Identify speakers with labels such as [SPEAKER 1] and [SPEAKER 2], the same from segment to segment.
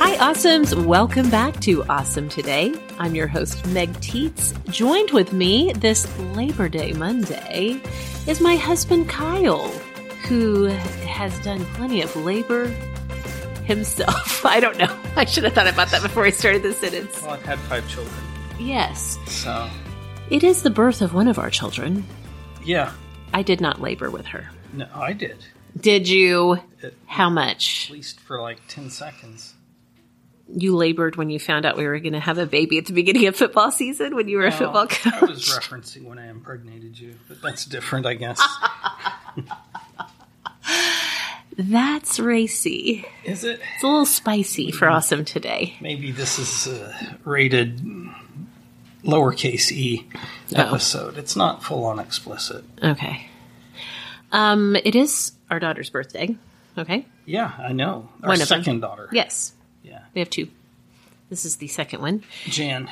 [SPEAKER 1] Hi, Awesomes. Welcome back to Awesome Today. I'm your host, Meg Teets. Joined with me this Labor Day Monday is my husband, Kyle, who has done plenty of labor himself. I don't know. I should have thought about that before I started the sentence.
[SPEAKER 2] Well, I've had five children,
[SPEAKER 1] Yes,
[SPEAKER 2] so
[SPEAKER 1] it is the birth of one of our children.
[SPEAKER 2] yeah.
[SPEAKER 1] I did not labor with her.
[SPEAKER 2] No, I did
[SPEAKER 1] Did you?
[SPEAKER 2] Uh,
[SPEAKER 1] How
[SPEAKER 2] at
[SPEAKER 1] much?
[SPEAKER 2] least for like ten seconds.
[SPEAKER 1] You labored when you found out we were going to have a baby at the beginning of football season when you were a football coach.
[SPEAKER 2] I was referencing when I impregnated you, but that's different, I guess.
[SPEAKER 1] That's racy.
[SPEAKER 2] Is it?
[SPEAKER 1] It's a little spicy
[SPEAKER 2] Mm-hmm.
[SPEAKER 1] for awesome today.
[SPEAKER 2] Maybe this is uh, rated lowercase e
[SPEAKER 1] Oh.
[SPEAKER 2] episode. It's not full on explicit.
[SPEAKER 1] Okay. Um, it is our daughter's birthday. Okay.
[SPEAKER 2] Yeah, I know. Our
[SPEAKER 1] One of them.
[SPEAKER 2] second daughter.
[SPEAKER 1] Yes,
[SPEAKER 2] Yeah.
[SPEAKER 1] we have two. This is the second one.
[SPEAKER 2] Jan.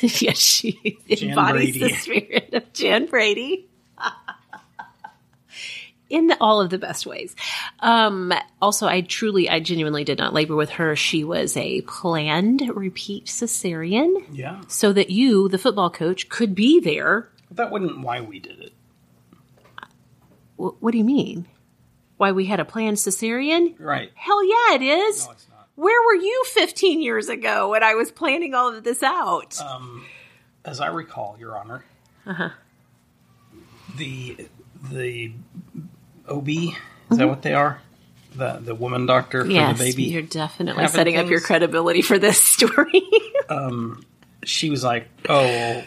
[SPEAKER 1] yes, she embodies the
[SPEAKER 2] Brady.
[SPEAKER 1] spirit of Jan Brady in all of the best ways. Um, also, I truly, I genuinely did not labor with her. She was a planned repeat cesarean
[SPEAKER 2] Yeah.
[SPEAKER 1] so that you, the football coach, could be there.
[SPEAKER 2] But that wasn't why we did it.
[SPEAKER 1] Wh- what do you mean? Why we had a planned cesarean?
[SPEAKER 2] Right.
[SPEAKER 1] Hell yeah, it is.
[SPEAKER 2] It's not.
[SPEAKER 1] Where were you 15 years ago when I was planning all of this out?
[SPEAKER 2] Um, as I recall, Your Honor,
[SPEAKER 1] Uh-huh.
[SPEAKER 2] the the OB is that what they are? The the woman doctor for
[SPEAKER 1] Mm-hmm. yes,
[SPEAKER 2] the baby.
[SPEAKER 1] you're definitely
[SPEAKER 2] having
[SPEAKER 1] setting up your
[SPEAKER 2] things.
[SPEAKER 1] credibility for this story.
[SPEAKER 2] She was like, "Oh, well,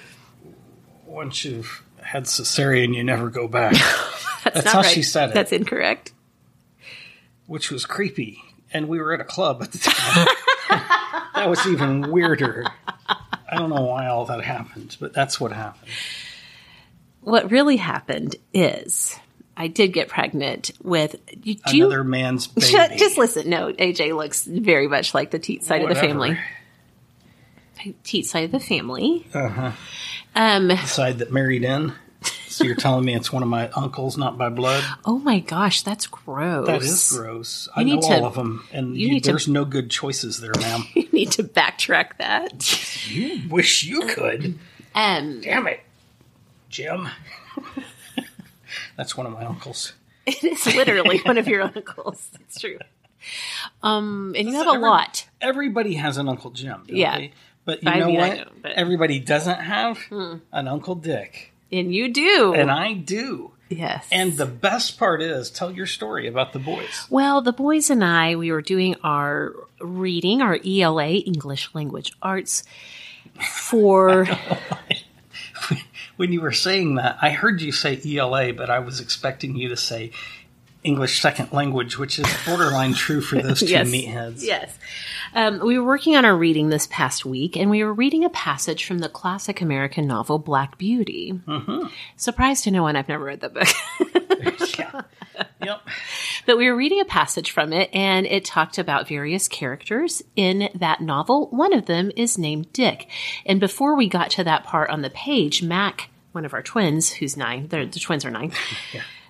[SPEAKER 2] once you've had cesarean, you never go back,"
[SPEAKER 1] That's,
[SPEAKER 2] That's
[SPEAKER 1] not
[SPEAKER 2] how
[SPEAKER 1] right.
[SPEAKER 2] she said it.
[SPEAKER 1] That's incorrect.
[SPEAKER 2] which was creepy. And we were at a club at the time. that was even weirder. I don't know why all that happened, but that's what happened.
[SPEAKER 1] What really happened is I did get pregnant with. You, do
[SPEAKER 2] Another man's
[SPEAKER 1] you,
[SPEAKER 2] baby.
[SPEAKER 1] Shut- just listen. No, AJ looks very much like the Teat side of the
[SPEAKER 2] Whatever.
[SPEAKER 1] family. Teat side of the family.
[SPEAKER 2] Uh,
[SPEAKER 1] Um.
[SPEAKER 2] side that married in. So you're telling me it's one of my uncles, not by blood?
[SPEAKER 1] Oh my gosh, that's gross.
[SPEAKER 2] That is gross. I
[SPEAKER 1] need
[SPEAKER 2] know
[SPEAKER 1] to-
[SPEAKER 2] all of them, and
[SPEAKER 1] you
[SPEAKER 2] you-
[SPEAKER 1] need to-
[SPEAKER 2] there's no good choices there, ma'am.
[SPEAKER 1] You need to backtrack that.
[SPEAKER 2] you wish you could.
[SPEAKER 1] Um.
[SPEAKER 2] Damn it, Jim. That's one of my uncles.
[SPEAKER 1] It is literally one of your uncles. It's true. Um, and you have a
[SPEAKER 2] every-
[SPEAKER 1] lot.
[SPEAKER 2] Everybody has an uncle Jim, don't
[SPEAKER 1] Yeah.
[SPEAKER 2] they? But you
[SPEAKER 1] I
[SPEAKER 2] know
[SPEAKER 1] mean, I
[SPEAKER 2] what?
[SPEAKER 1] don't, but- Hmm.
[SPEAKER 2] Everybody doesn't have an uncle Dick,
[SPEAKER 1] And you do.
[SPEAKER 2] and I do.
[SPEAKER 1] yes.
[SPEAKER 2] And the best part is, tell your story about the boys.
[SPEAKER 1] well, the boys and I, we were doing our reading, our ELA, English Language Arts, for.
[SPEAKER 2] E when you were saying that, I heard you say ELA, but I was expecting you to say English second language, which is borderline true for those two
[SPEAKER 1] Yes.
[SPEAKER 2] meatheads.
[SPEAKER 1] Yes. Um, we were working on our reading this past week, and we were reading a passage from the classic American novel Black Beauty.
[SPEAKER 2] Mm-hmm.
[SPEAKER 1] Surprised to no one, I've never read that book.
[SPEAKER 2] Yeah. yep.
[SPEAKER 1] but we were reading a passage from it, and it talked about various characters in that novel. One of them is named Dick. And before we got to that part on the page, Mac, one of our twins, who's nine, they're- the twins are nine.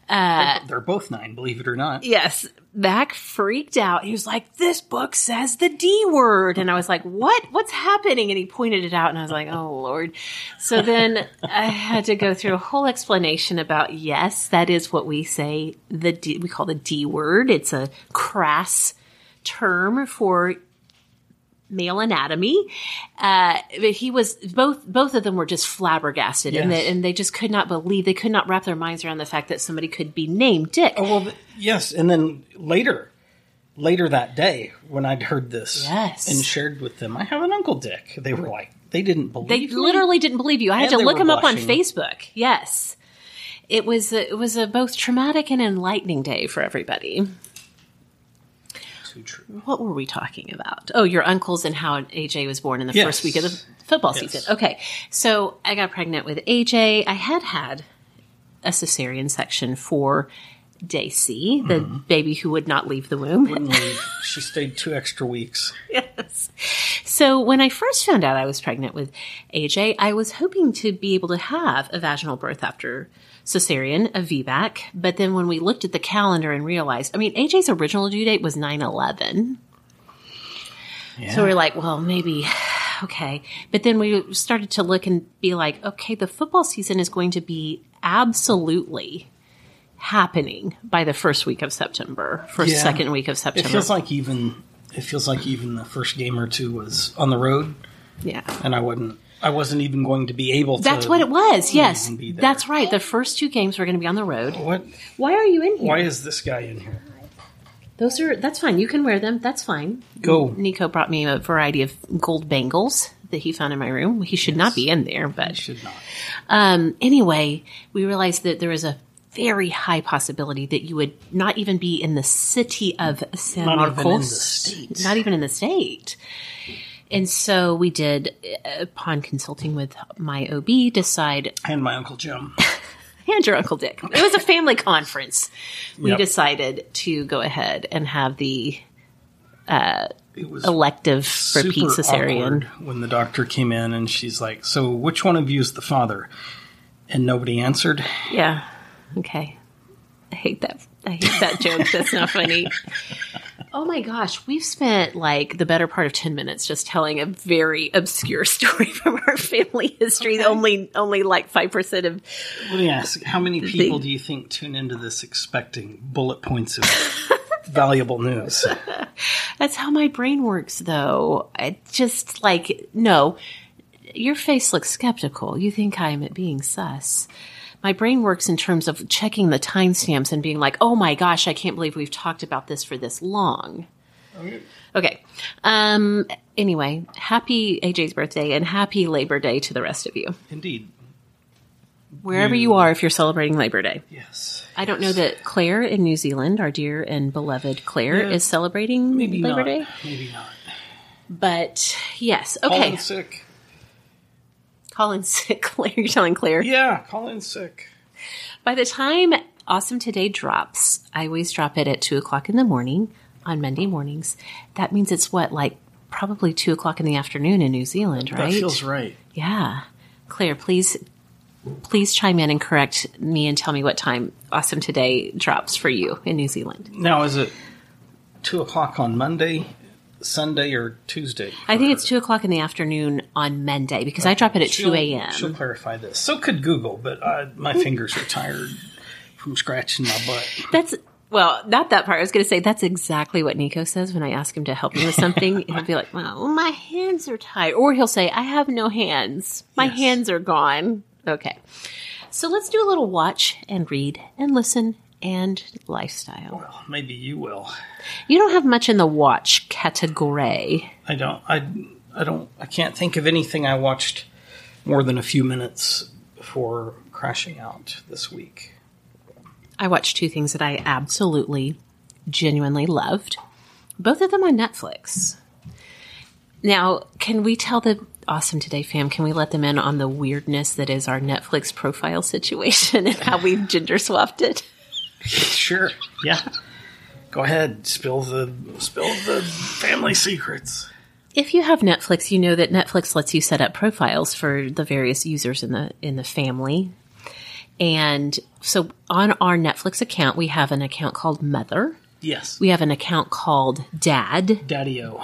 [SPEAKER 2] They're both nine, believe it or not.
[SPEAKER 1] Yes. Mac freaked out. He was like, This book says the D word. And I was like, What? What's happening? And he pointed it out. And I was like, Oh, Lord. So then I had to go through a whole explanation about yes, that is what we say. The D, we call the D word. It's a crass term for male anatomy. Uh, but he was both both of them were just flabbergasted, and,
[SPEAKER 2] Yes.
[SPEAKER 1] they, and they just could not believe they could not wrap their minds around the fact that somebody could be named Dick.
[SPEAKER 2] Oh, Well, th- yes, and then later, later that day, when I'd heard this
[SPEAKER 1] Yes.
[SPEAKER 2] and shared with them, I have an uncle Dick. They were like, they didn't believe.
[SPEAKER 1] They
[SPEAKER 2] me.
[SPEAKER 1] literally didn't believe you. I had
[SPEAKER 2] And
[SPEAKER 1] to
[SPEAKER 2] they
[SPEAKER 1] look
[SPEAKER 2] were
[SPEAKER 1] him up on
[SPEAKER 2] blushing.
[SPEAKER 1] Facebook. Yes. It was a, it was a both traumatic and enlightening day for everybody.
[SPEAKER 2] Too true.
[SPEAKER 1] What were we talking about? Oh, your uncles and how AJ was born in the
[SPEAKER 2] Yes.
[SPEAKER 1] first week of the football season. Okay. So I got pregnant with AJ. I had had a cesarean section for Daisy, the
[SPEAKER 2] Mm-hmm.
[SPEAKER 1] baby who would not leave the womb.
[SPEAKER 2] she stayed two extra weeks.
[SPEAKER 1] yes. So when I first found out I was pregnant with AJ, I was hoping to be able to have a vaginal birth after cesarean, a VBAC. But then when we looked at the calendar and realized, I mean, AJ's original due date was 9 11. So we we're like, well, maybe, okay. But then we started to look and be like, okay, the football season is going to be absolutely happening by the first week of September, first,
[SPEAKER 2] Yeah.
[SPEAKER 1] second week of
[SPEAKER 2] It
[SPEAKER 1] September.
[SPEAKER 2] feels like even it feels like even the first game or two was on the road,
[SPEAKER 1] yeah.
[SPEAKER 2] and I wasn't I wasn't even going to be able.
[SPEAKER 1] That's
[SPEAKER 2] to,
[SPEAKER 1] what it was. Yes,
[SPEAKER 2] be there.
[SPEAKER 1] that's right. The first two games were going to be on the road.
[SPEAKER 2] What?
[SPEAKER 1] Why are you in here?
[SPEAKER 2] Why is this guy in here?
[SPEAKER 1] Those are that's fine. You can wear them. That's fine.
[SPEAKER 2] Go.
[SPEAKER 1] Nico brought me a variety of gold bangles that he found in my room. He should not be in there, but
[SPEAKER 2] Should not.
[SPEAKER 1] um, anyway, we realized that there was a very high possibility that you would not even be in the city of San
[SPEAKER 2] Not
[SPEAKER 1] Marcos,
[SPEAKER 2] even in the state.
[SPEAKER 1] not even in the state. And so we did, uh, upon consulting with my OB, decide
[SPEAKER 2] And my uncle Jim.
[SPEAKER 1] and your Uncle Dick. It was a family conference. We
[SPEAKER 2] Yep.
[SPEAKER 1] decided to go ahead and have the uh,
[SPEAKER 2] It was
[SPEAKER 1] elective for Pete
[SPEAKER 2] super awkward
[SPEAKER 1] cesarean.
[SPEAKER 2] when the doctor came in and she's like, "So which one of you is the father?" And nobody answered.
[SPEAKER 1] Yeah. Okay. I hate that. I hate that joke. That's not funny. Oh my gosh, we've spent like the better part of ten minutes just telling a very obscure story from our family history. that Only, only like five percent of
[SPEAKER 2] Let me ask: How many people do you think tune into this expecting bullet points of valuable news?
[SPEAKER 1] That's how my brain works, though. I just like, no, your face looks skeptical. You think I'm at being sus. My brain works in terms of checking the timestamps and being like, oh my gosh, I can't believe we've talked about this for this long. Okay. Um, anyway, happy AJ's birthday and happy Labor Day to the rest of you.
[SPEAKER 2] Indeed,
[SPEAKER 1] Wherever you are, if you're celebrating Labor Day.
[SPEAKER 2] Hmm. yes.
[SPEAKER 1] I don't know that Claire in New Zealand, our dear and beloved Claire, is celebrating
[SPEAKER 2] Maybe
[SPEAKER 1] Labor
[SPEAKER 2] not.
[SPEAKER 1] Day.
[SPEAKER 2] Maybe not.
[SPEAKER 1] But yes,
[SPEAKER 2] Call
[SPEAKER 1] okay.
[SPEAKER 2] in sick.
[SPEAKER 1] Colin sick. Claire, you're telling Claire.
[SPEAKER 2] Yeah, call in sick.
[SPEAKER 1] By the time Awesome Today drops, I always drop it at two o'clock in the morning on Monday mornings. That means it's what, like probably two o'clock in the afternoon in New Zealand, right?
[SPEAKER 2] That feels right.
[SPEAKER 1] yeah. Claire, please, please chime in and correct me and tell me what time Awesome Today drops for you in New Zealand.
[SPEAKER 2] Now, is it two o'clock on Monday, Sunday, or Tuesday?
[SPEAKER 1] I think it's two o'clock in the afternoon on Monday because I drop it at
[SPEAKER 2] She'll-
[SPEAKER 1] two a.m.
[SPEAKER 2] She'll clarify this. So could Google, but uh, my fingers are tired from scratching my butt.
[SPEAKER 1] That's well, not that part. I was going to say that's exactly what Nico says when I ask him to help me with something. he'll be like, "Well, my hands are tired," or he'll say, "I have no hands. My hands are gone." Okay, so let's do a little watch and read and listen and lifestyle.
[SPEAKER 2] Well, maybe you will.
[SPEAKER 1] You don't have much in the watch category.
[SPEAKER 2] I don't. I. I don't. I can't think of anything I watched more than a few minutes before crashing out this week.
[SPEAKER 1] I watched two things that I absolutely, genuinely loved. Both of them on Netflix. Now, can we tell the Awesome Today fam, can we let them in on the weirdness that is our Netflix profile situation and how we've gender swapped it?
[SPEAKER 2] Sure. Yeah. Go ahead. Spill the spill the family secrets.
[SPEAKER 1] If you have Netflix, you know that Netflix lets you set up profiles for the various users in the in the family. And so on our Netflix account, we have an account called Mother.
[SPEAKER 2] Yes.
[SPEAKER 1] We have an account called Dad.
[SPEAKER 2] Daddy O.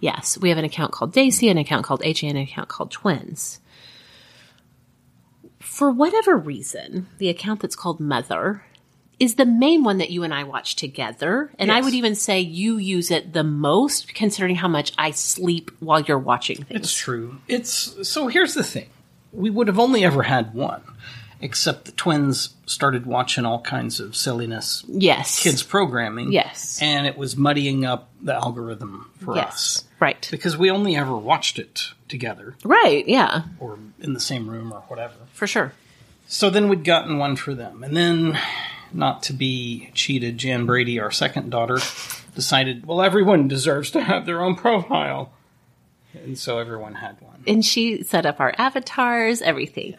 [SPEAKER 1] Yes, we have an account called Daisy, an account called AJ, and an account called Twins. For whatever reason, the account that's called Mother is the main one that you and I watch together. And I
[SPEAKER 2] Yes.
[SPEAKER 1] would even say you use it the most, considering how much I sleep while you're watching things.
[SPEAKER 2] It's true. It's so here's the thing. We would have only ever had one. Except the twins started watching all kinds of silliness
[SPEAKER 1] yes.
[SPEAKER 2] kids programming.
[SPEAKER 1] Yes.
[SPEAKER 2] And it was muddying up the algorithm for
[SPEAKER 1] Yes.
[SPEAKER 2] us.
[SPEAKER 1] Right.
[SPEAKER 2] Because we only ever watched it together
[SPEAKER 1] Right. Yeah.
[SPEAKER 2] or in the same room or whatever.
[SPEAKER 1] For sure.
[SPEAKER 2] So then we'd gotten one for them. And then, not to be cheated, Jan Brady, our second daughter, decided, well, everyone deserves to have their own profile. And so everyone had one.
[SPEAKER 1] and she set up our avatars, everything.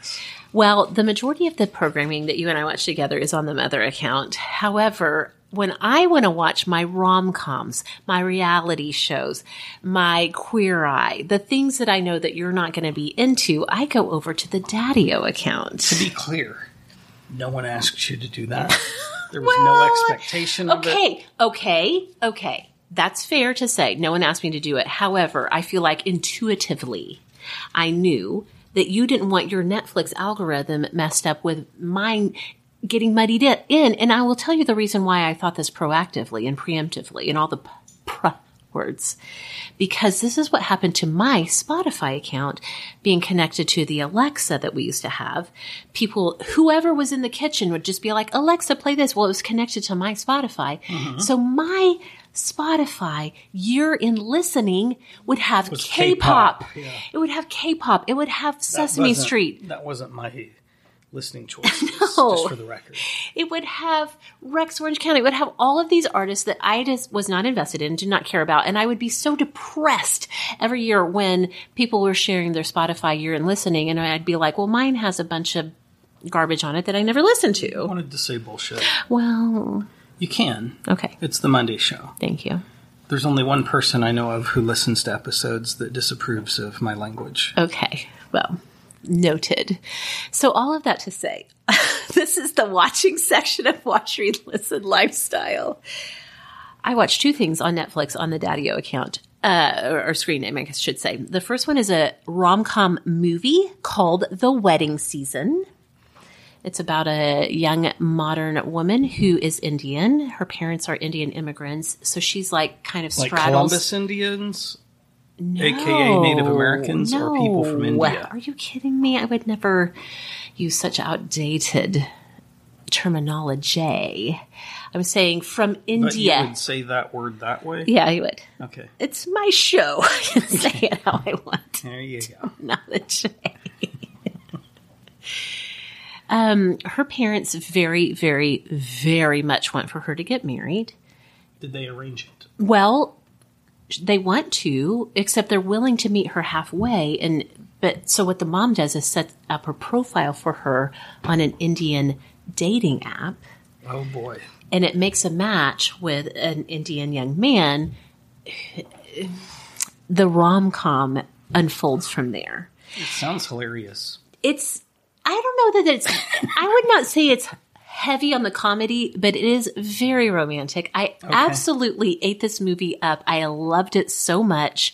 [SPEAKER 1] Well, the majority of the programming that you and I watch together is on the mother account. However, when I want to watch my rom coms, my reality shows, my queer eye, the things that I know that you're not going to be into, I go over to the Daddio account.
[SPEAKER 2] Be clear, no one asked you to do that. There was
[SPEAKER 1] Well,
[SPEAKER 2] no expectation of it.
[SPEAKER 1] Okay, okay, okay. That's fair to say. No one asked me to do it. However, I feel like intuitively I knew that you didn't want your Netflix algorithm messed up with mine getting muddied it- in. And I will tell you the reason why I thought this proactively and preemptively and all the p- pr words. Because this is what happened to my Spotify account being connected to the Alexa that we used to have. People, whoever was in the kitchen would just be like, Alexa, play this. Well, it was connected to my Spotify. So my Spotify year in listening would have K-pop.
[SPEAKER 2] K-pop, yeah.
[SPEAKER 1] It would have K-pop. It would have Sesame
[SPEAKER 2] Wasn't-
[SPEAKER 1] Street.
[SPEAKER 2] That wasn't my listening choice. Just for the record.
[SPEAKER 1] It would have Rex Orange County. It would have all of these artists that I just was not invested in, did not care about, and I would be so depressed every year when people were sharing their Spotify year and listening, and I'd be like, "Well, mine has a bunch of garbage on it that I never listened
[SPEAKER 2] I
[SPEAKER 1] to."
[SPEAKER 2] wanted to say bullshit.
[SPEAKER 1] Well,
[SPEAKER 2] You can.
[SPEAKER 1] okay,
[SPEAKER 2] It's the Monday show.
[SPEAKER 1] thank you.
[SPEAKER 2] There's only one person I know of who listens to episodes that disapproves of my language.
[SPEAKER 1] Okay, well, noted. So, all of that to say, this is the watching section of Watch, Read, Listen Lifestyle. I watch two things on Netflix on the Daddio account, uh, or, or screen name, I guess I should say. The first one is a rom com movie called The Wedding Season. It's about a young modern woman who is Indian. Her parents are Indian immigrants, so she's like kind of
[SPEAKER 2] like
[SPEAKER 1] straddles.
[SPEAKER 2] Columbus Indians, aka Native Americans, or people from
[SPEAKER 1] No.
[SPEAKER 2] India.
[SPEAKER 1] Are you kidding me? I would never use such outdated terminology. I'm saying from
[SPEAKER 2] But you
[SPEAKER 1] India.
[SPEAKER 2] would say that word that way.
[SPEAKER 1] Yeah, I would.
[SPEAKER 2] Okay,
[SPEAKER 1] It's my show. I can say it how I want.
[SPEAKER 2] there you go.
[SPEAKER 1] Knowledge. um, her parents very, very, very much want for her to get married.
[SPEAKER 2] Did they arrange it?
[SPEAKER 1] Well, they want to, except they're willing to meet her halfway. And but so what the mom does is set up her profile for her on an Indian dating app,
[SPEAKER 2] Oh boy,
[SPEAKER 1] and it makes a match with an Indian young man. The rom com unfolds from there.
[SPEAKER 2] it sounds hilarious.
[SPEAKER 1] It's I don't know that it's I would not say it's heavy on the comedy, but it is very romantic. I absolutely ate this movie up. I loved it so much.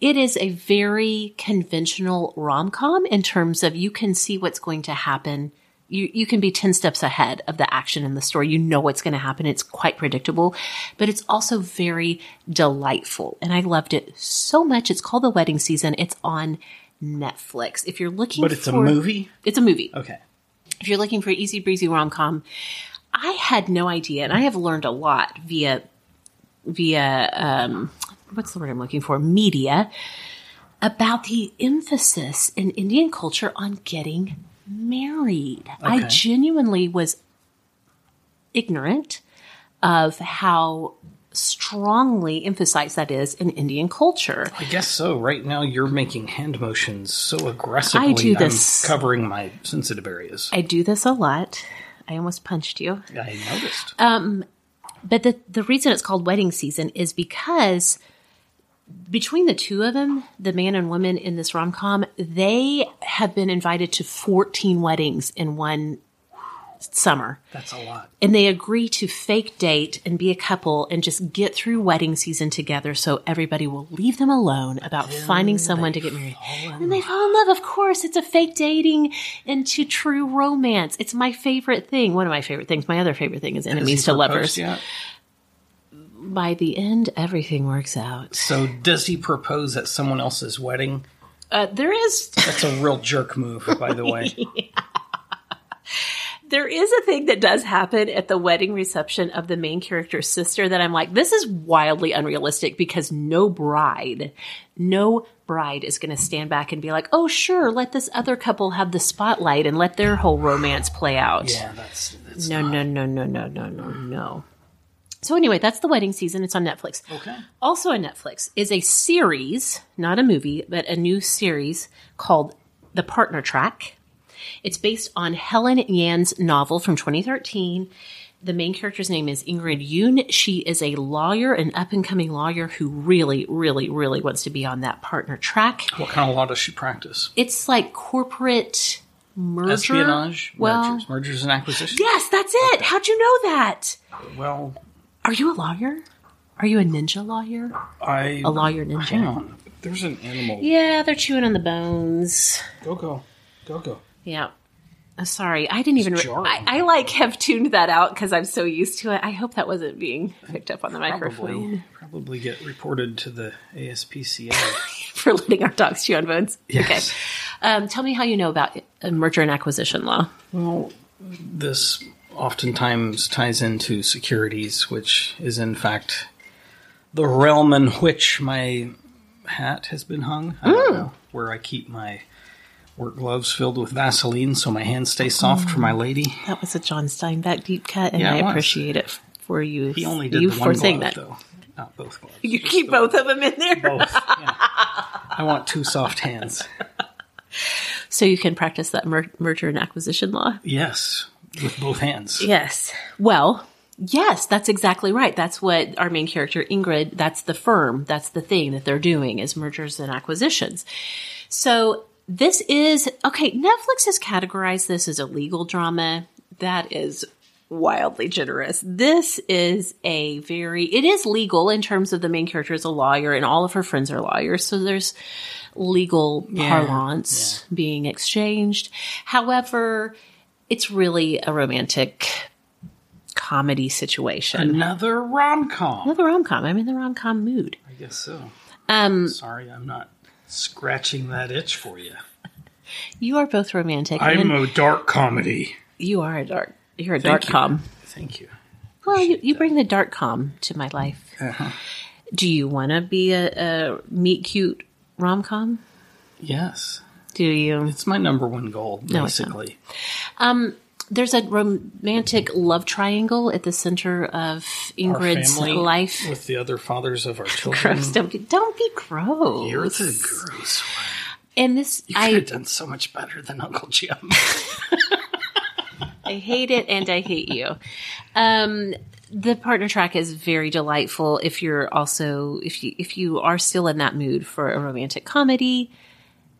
[SPEAKER 1] It is a very conventional rom com in terms of you can see what's going to happen. You, you can be 10 steps ahead of the action in the story. You know what's going to happen. It's quite predictable, but it's also very delightful. And I loved it so much. It's called The Wedding Season. It's on Netflix. If you're looking
[SPEAKER 2] But it's a
[SPEAKER 1] for-
[SPEAKER 2] movie.
[SPEAKER 1] It's a movie
[SPEAKER 2] Okay,
[SPEAKER 1] if you're looking for easy breezy rom com, I had no idea, and I have learned a lot via via um, what's the word I'm looking for media about the emphasis in Indian culture on getting married. I genuinely was ignorant of how strongly emphasized that is in Indian culture.
[SPEAKER 2] I guess so. Right now, you're making hand motions so aggressively.
[SPEAKER 1] I do
[SPEAKER 2] I'm
[SPEAKER 1] this-
[SPEAKER 2] covering my sensitive areas.
[SPEAKER 1] I do this a lot. I almost punched you.
[SPEAKER 2] I noticed.
[SPEAKER 1] Uh, But the, the reason it's called wedding season is because between the two of them, the man and woman in this rom com, they have been invited to 14 weddings in one summer.
[SPEAKER 2] That's a lot.
[SPEAKER 1] And they agree to fake date and be a couple and just get through wedding season together so everybody will leave them alone about finding someone to get married. And they fall Oh, in love, of course. It's a fake dating into true romance. It's my favorite thing. One of my favorite things. My other favorite thing is enemies to lovers
[SPEAKER 2] Yeah.
[SPEAKER 1] by the end, everything works out.
[SPEAKER 2] So does he propose at someone else's wedding?
[SPEAKER 1] Uh, there is
[SPEAKER 2] That's a real jerk move, by the way.
[SPEAKER 1] there is a thing that does happen at the wedding reception of the main character's sister that I'm like, this is wildly unrealistic because no bride, no bride is going to stand back and be like, oh sure, let this other couple have the spotlight and let their whole romance play out.
[SPEAKER 2] Yeah, that's, that's
[SPEAKER 1] No, no, no, no, no, no, no, no. So anyway, that's the wedding season. It's on Netflix.
[SPEAKER 2] okay.
[SPEAKER 1] Also on Netflix is a series, not a movie, but a new series called The Partner Track. It's based on Helen Yan's novel from 2013. The main character's name is Ingrid Yoon. She is a lawyer, an up and coming lawyer who really, really, really wants to be on that partner track.
[SPEAKER 2] What kind of law does she practice?
[SPEAKER 1] It's like corporate merger.
[SPEAKER 2] Espionage,
[SPEAKER 1] Well,
[SPEAKER 2] mergers, mergers and acquisitions.
[SPEAKER 1] yes, that's it. How'd you know that?
[SPEAKER 2] Well,
[SPEAKER 1] Are you a lawyer? Are you a ninja lawyer?
[SPEAKER 2] I
[SPEAKER 1] A lawyer ninja?
[SPEAKER 2] hang on. There's an animal.
[SPEAKER 1] Yeah, they're chewing on the bones.
[SPEAKER 2] Go go, go go.
[SPEAKER 1] Yeah. I'm sorry. I didn't even. Re-
[SPEAKER 2] jarring.
[SPEAKER 1] I, I like have tuned that out because I'm so used to it. I hope that wasn't being picked up on the microphone
[SPEAKER 2] Probably, probably get reported to the ASPCA.
[SPEAKER 1] for letting our dogs chew on bones.
[SPEAKER 2] Yes.
[SPEAKER 1] Okay. Um, tell me how you know about uh, merger and acquisition law.
[SPEAKER 2] Well, this oftentimes ties into securities, which is in fact the realm in which my hat has been hung. I
[SPEAKER 1] Hmm.
[SPEAKER 2] don't know where I keep my work gloves filled with Vaseline so my hands stay soft for my lady.
[SPEAKER 1] That was a John Steinbeck deep cut, and
[SPEAKER 2] Yeah,
[SPEAKER 1] I
[SPEAKER 2] it was.
[SPEAKER 1] appreciate it for you.
[SPEAKER 2] He only did
[SPEAKER 1] you
[SPEAKER 2] the
[SPEAKER 1] for
[SPEAKER 2] one
[SPEAKER 1] saying
[SPEAKER 2] glove,
[SPEAKER 1] that.
[SPEAKER 2] though, not both gloves.
[SPEAKER 1] You keep both of them in there,
[SPEAKER 2] both. yeah. I want two soft hands.
[SPEAKER 1] so you can practice that mer- merger and acquisition law.
[SPEAKER 2] Yes, with both hands.
[SPEAKER 1] Yes. Well, yes, that's exactly right. That's what our main character, Ingrid, that's the firm, that's the thing that they're doing is mergers and acquisitions. So this is, okay, Netflix has categorized this as a legal drama. That is wildly generous. This is a very, it is legal in terms of the main character is a lawyer and all of her friends are lawyers. So there's legal parlance being exchanged. However, it's really a romantic comedy situation.
[SPEAKER 2] Another rom com.
[SPEAKER 1] Another rom com. I'm in the rom com mood.
[SPEAKER 2] I guess so.
[SPEAKER 1] Um,
[SPEAKER 2] Sorry, I'm not scratching that itch for you.
[SPEAKER 1] you are both romantic.
[SPEAKER 2] I'm
[SPEAKER 1] and
[SPEAKER 2] a dark comedy.
[SPEAKER 1] you are a dark. You're a dark
[SPEAKER 2] Thank you.
[SPEAKER 1] com.
[SPEAKER 2] Thank you.
[SPEAKER 1] Well, you, you bring the dark com to my life.
[SPEAKER 2] Uh-huh.
[SPEAKER 1] Do you want to be a, a meet cute rom com?
[SPEAKER 2] Yes,
[SPEAKER 1] Do you?
[SPEAKER 2] it's my number one goal,
[SPEAKER 1] it's not.
[SPEAKER 2] basically.
[SPEAKER 1] There's a romantic love triangle at the center of
[SPEAKER 2] Our
[SPEAKER 1] Ingrid's
[SPEAKER 2] family
[SPEAKER 1] life.
[SPEAKER 2] with the other fathers of our children.
[SPEAKER 1] Gross. Don't be, don't be gross.
[SPEAKER 2] You're the gross one.
[SPEAKER 1] and this,
[SPEAKER 2] You could
[SPEAKER 1] I
[SPEAKER 2] have done so much better than Uncle Jim.
[SPEAKER 1] I hate it and I hate you. Um, the partner track is very delightful if you're also if you if you are still in that mood for a romantic comedy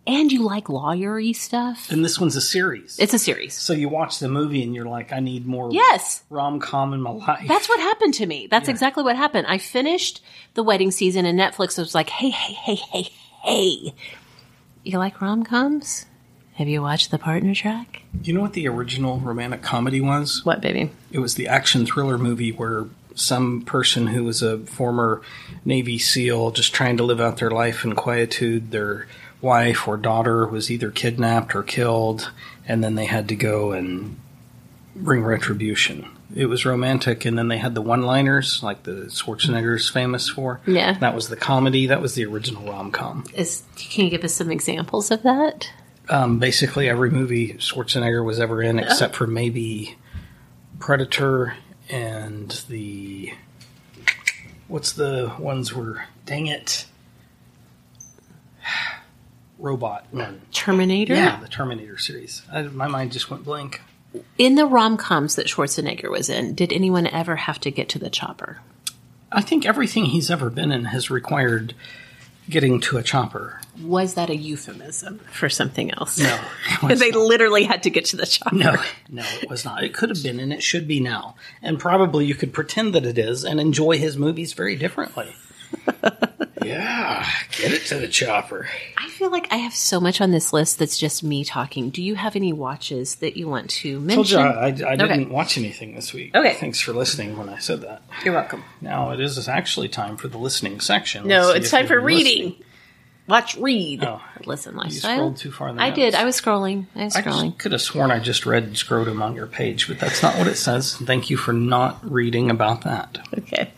[SPEAKER 1] and you like lawyery stuff.
[SPEAKER 2] and this one's a series.
[SPEAKER 1] It's a series.
[SPEAKER 2] so you watch the movie and you're like, I need more
[SPEAKER 1] Yes.
[SPEAKER 2] rom com in my life.
[SPEAKER 1] That's what happened to me. That's exactly what happened. I finished the wedding season and Netflix was like, "Hey, hey, hey, hey, hey. You like rom-coms? Have you watched the partner track?"
[SPEAKER 2] you know what the original romantic comedy was?
[SPEAKER 1] What, baby?
[SPEAKER 2] It was the action thriller movie where some person who was a former Navy SEAL just trying to live out their life in quietude, their wife or daughter was either kidnapped or killed, and then they had to go and bring retribution. It was romantic, and then they had the one liners like the Schwarzenegger's famous for.
[SPEAKER 1] Yeah.
[SPEAKER 2] That was the comedy, that was the original rom com.
[SPEAKER 1] Is can you give us some examples of that?
[SPEAKER 2] Um, basically, every movie Schwarzenegger was ever in, except for maybe Predator and the what's the ones where dang it robot one
[SPEAKER 1] Terminator.
[SPEAKER 2] yeah the terminator series I, my mind just went blank
[SPEAKER 1] In the rom coms that Schwarzenegger was in, did anyone ever have to get to the chopper?
[SPEAKER 2] i think everything he's ever been in has required getting to a chopper
[SPEAKER 1] Was that a euphemism for something else?
[SPEAKER 2] no it was
[SPEAKER 1] they
[SPEAKER 2] not.
[SPEAKER 1] literally had to get to the chopper.
[SPEAKER 2] no no it was not it could have been and it should be now and probably you could pretend that it is and enjoy his movies very differently yeah get it to the chopper
[SPEAKER 1] I feel like I have so much on this list that's just me talking. Do you have any watches that you want to mention?
[SPEAKER 2] Told you I, I, I didn't
[SPEAKER 1] Okay.
[SPEAKER 2] watch anything this week.
[SPEAKER 1] Okay.
[SPEAKER 2] Thanks for listening when I said that.
[SPEAKER 1] You're welcome.
[SPEAKER 2] Now it is actually time for the listening section.
[SPEAKER 1] No,
[SPEAKER 2] Let's see
[SPEAKER 1] it's
[SPEAKER 2] if
[SPEAKER 1] time
[SPEAKER 2] we've
[SPEAKER 1] for
[SPEAKER 2] been
[SPEAKER 1] reading.
[SPEAKER 2] listening.
[SPEAKER 1] Watch, read,
[SPEAKER 2] Oh.
[SPEAKER 1] listen, lifestyle.
[SPEAKER 2] scrolled too far than
[SPEAKER 1] I
[SPEAKER 2] that.
[SPEAKER 1] did. I was scrolling. I was
[SPEAKER 2] I
[SPEAKER 1] scrolling.
[SPEAKER 2] just could have sworn I just read scrotum on your page, but that's not what it says. Thank you for not reading about that.
[SPEAKER 1] Okay.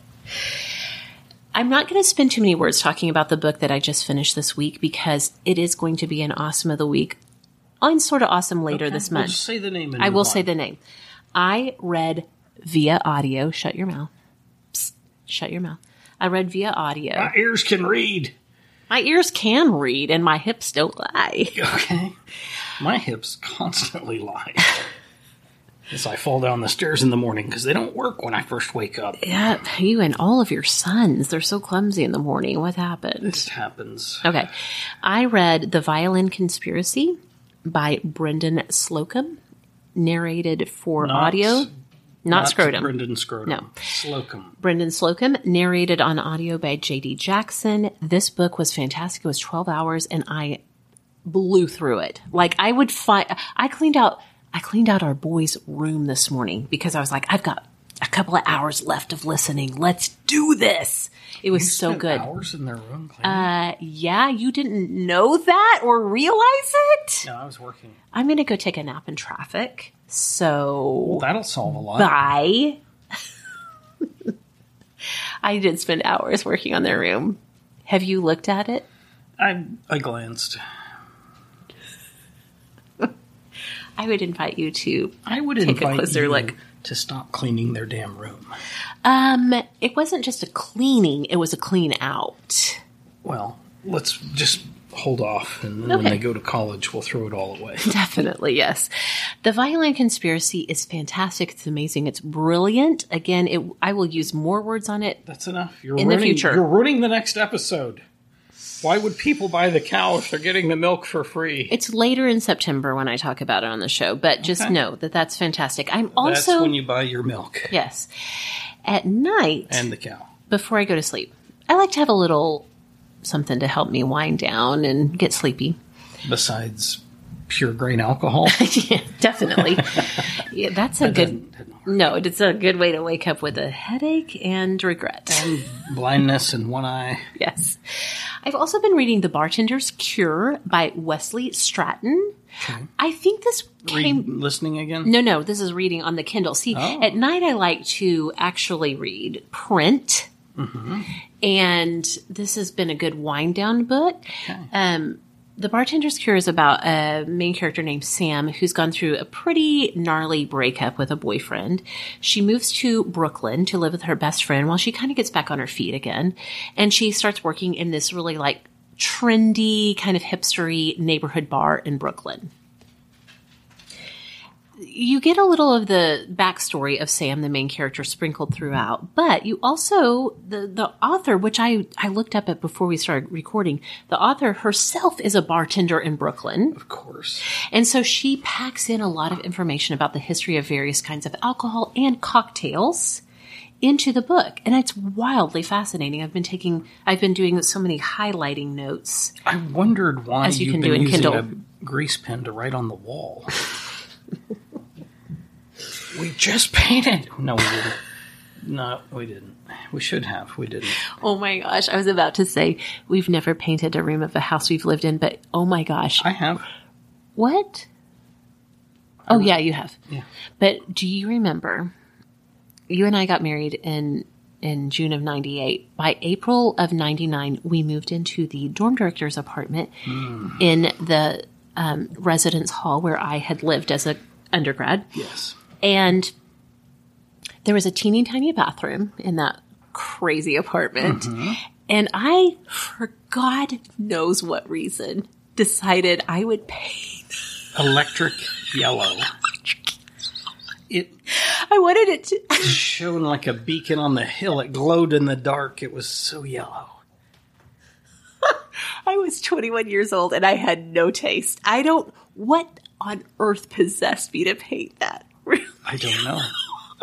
[SPEAKER 1] I'm not going to spend too many words talking about the book that I just finished this week because it is going to be an awesome of the week on sort of awesome later this
[SPEAKER 2] We'll
[SPEAKER 1] month.
[SPEAKER 2] just say the name. And
[SPEAKER 1] I
[SPEAKER 2] move
[SPEAKER 1] will
[SPEAKER 2] on.
[SPEAKER 1] say the name. I read via audio. Shut your mouth. Psst, shut your mouth. I read via audio.
[SPEAKER 2] My ears can read.
[SPEAKER 1] My ears can read and my hips don't lie.
[SPEAKER 2] Okay. My hips constantly lie as I fall down the stairs in the morning because they don't work when I first wake up.
[SPEAKER 1] Yep, you and all of your sons. They're so clumsy in the morning. What happened?
[SPEAKER 2] This happens.
[SPEAKER 1] Okay. I read The Violin Conspiracy by Brendan Slocum, narrated for
[SPEAKER 2] Not-
[SPEAKER 1] audio. Not, scrotum.
[SPEAKER 2] Brendan Scrotum.
[SPEAKER 1] No.
[SPEAKER 2] Slocum.
[SPEAKER 1] Brendan Slocum, narrated on audio by J.D. Jackson. This book was fantastic. It was 12 hours and I blew through it. Like I would find, I cleaned out, I cleaned out our boy's room this morning because I was like, I've got a couple of hours left of listening. Let's do this. It was so
[SPEAKER 2] Spent
[SPEAKER 1] good.
[SPEAKER 2] Hours in their room. cleaning.
[SPEAKER 1] Uh, yeah, you didn't know that or realize it.
[SPEAKER 2] no, I was working.
[SPEAKER 1] I'm going to go take a nap in traffic. So
[SPEAKER 2] Well, that'll solve a lot.
[SPEAKER 1] bye. I did spend hours working on their room. Have you looked at it?
[SPEAKER 2] I I glanced.
[SPEAKER 1] I would invite you to.
[SPEAKER 2] I would
[SPEAKER 1] Take a
[SPEAKER 2] invite
[SPEAKER 1] closer
[SPEAKER 2] you
[SPEAKER 1] look.
[SPEAKER 2] to stop cleaning their damn room.
[SPEAKER 1] Um, it wasn't just a cleaning; it was a clean out.
[SPEAKER 2] Well, let's just hold off, and then
[SPEAKER 1] Okay.
[SPEAKER 2] when they go to college, we'll throw it all away.
[SPEAKER 1] Definitely, yes. The Violin Conspiracy is fantastic. It's amazing. It's brilliant. Again, it. I will use more words on it
[SPEAKER 2] That's enough. You're
[SPEAKER 1] In the
[SPEAKER 2] ruining,
[SPEAKER 1] future.
[SPEAKER 2] You're ruining the next episode. Why would people buy the cow if they're getting the milk for free?
[SPEAKER 1] It's later in September when I talk about it on the show, but just know that that's fantastic. I'm
[SPEAKER 2] That's
[SPEAKER 1] also
[SPEAKER 2] when you buy your milk
[SPEAKER 1] yes at night
[SPEAKER 2] and the cow.
[SPEAKER 1] before I go to sleep. I like to have a little something to help me wind down and get sleepy.
[SPEAKER 2] Besides pure grain alcohol,
[SPEAKER 1] yeah, definitely. yeah, that's a good. No, it's a good way to wake up with a headache and regret.
[SPEAKER 2] blindness in one eye.
[SPEAKER 1] yes. I've also been reading The Bartender's Cure by Wesley Stratton. I think this
[SPEAKER 2] Re-
[SPEAKER 1] came
[SPEAKER 2] listening again.
[SPEAKER 1] No, no, this is reading on the Kindle. See, at night I like to actually read print. And this has been a good wind down book. Um, the Bartender's Cure is about a main character named Sam who's gone through a pretty gnarly breakup with a boyfriend. She moves to Brooklyn to live with her best friend while she kind of gets back on her feet again. And she starts working in this really like trendy, kind of hipstery neighborhood bar in Brooklyn you get a little of the backstory of Sam, the main character, sprinkled throughout. But you also the the author, which I I looked up at before we started recording, the author herself is a bartender in Brooklyn,
[SPEAKER 2] Of course.
[SPEAKER 1] and so she packs in a lot of information about the history of various kinds of alcohol and cocktails into the book, and it's wildly fascinating. I've been taking I've been doing so many highlighting notes.
[SPEAKER 2] I wondered why
[SPEAKER 1] As you
[SPEAKER 2] have
[SPEAKER 1] can
[SPEAKER 2] been
[SPEAKER 1] do in
[SPEAKER 2] using
[SPEAKER 1] Kindle.
[SPEAKER 2] a grease pen to write on the wall. we just painted. No, we didn't. No, we didn't. We should have. We didn't.
[SPEAKER 1] Oh my gosh, I was about to say we've never painted a room of a house we've lived in, but oh my gosh.
[SPEAKER 2] I have.
[SPEAKER 1] What? Oh yeah, you have. Yeah. But do you remember you and I got married in in June of 98. By April of 99, we moved into the dorm director's apartment in the um, residence hall where I had lived as a undergrad.
[SPEAKER 2] Yes.
[SPEAKER 1] And There was a teeny tiny bathroom in that crazy apartment. And I, for God knows what reason, decided I would paint.
[SPEAKER 2] Electric yellow. It
[SPEAKER 1] I wanted it to.
[SPEAKER 2] shone like a beacon on the hill. It glowed in the dark. It was so yellow.
[SPEAKER 1] I was 21 years old and I had no taste. I don't. What on earth possessed me to paint that?
[SPEAKER 2] I don't know.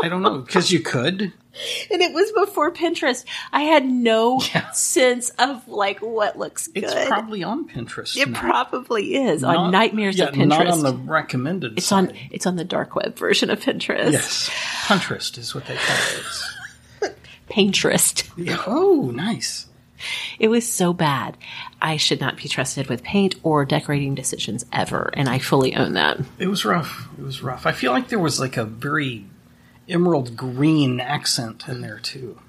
[SPEAKER 2] I don't know because you could.
[SPEAKER 1] and it was before Pinterest. I had no sense of like what looks good.
[SPEAKER 2] It's probably on Pinterest.
[SPEAKER 1] it
[SPEAKER 2] now.
[SPEAKER 1] probably is
[SPEAKER 2] Not-
[SPEAKER 1] on Nightmares
[SPEAKER 2] yeah,
[SPEAKER 1] of Pinterest.
[SPEAKER 2] Not on the recommended.
[SPEAKER 1] it's on it's on the dark web version of Pinterest.
[SPEAKER 2] Yes, Pinterest is what they call it. It's-
[SPEAKER 1] Pinterest.
[SPEAKER 2] yeah. Oh, nice.
[SPEAKER 1] It was so bad. I should not be trusted with paint or decorating decisions ever, and I fully own that.
[SPEAKER 2] It was rough. It was rough. I feel like there was like a very emerald green accent in there too.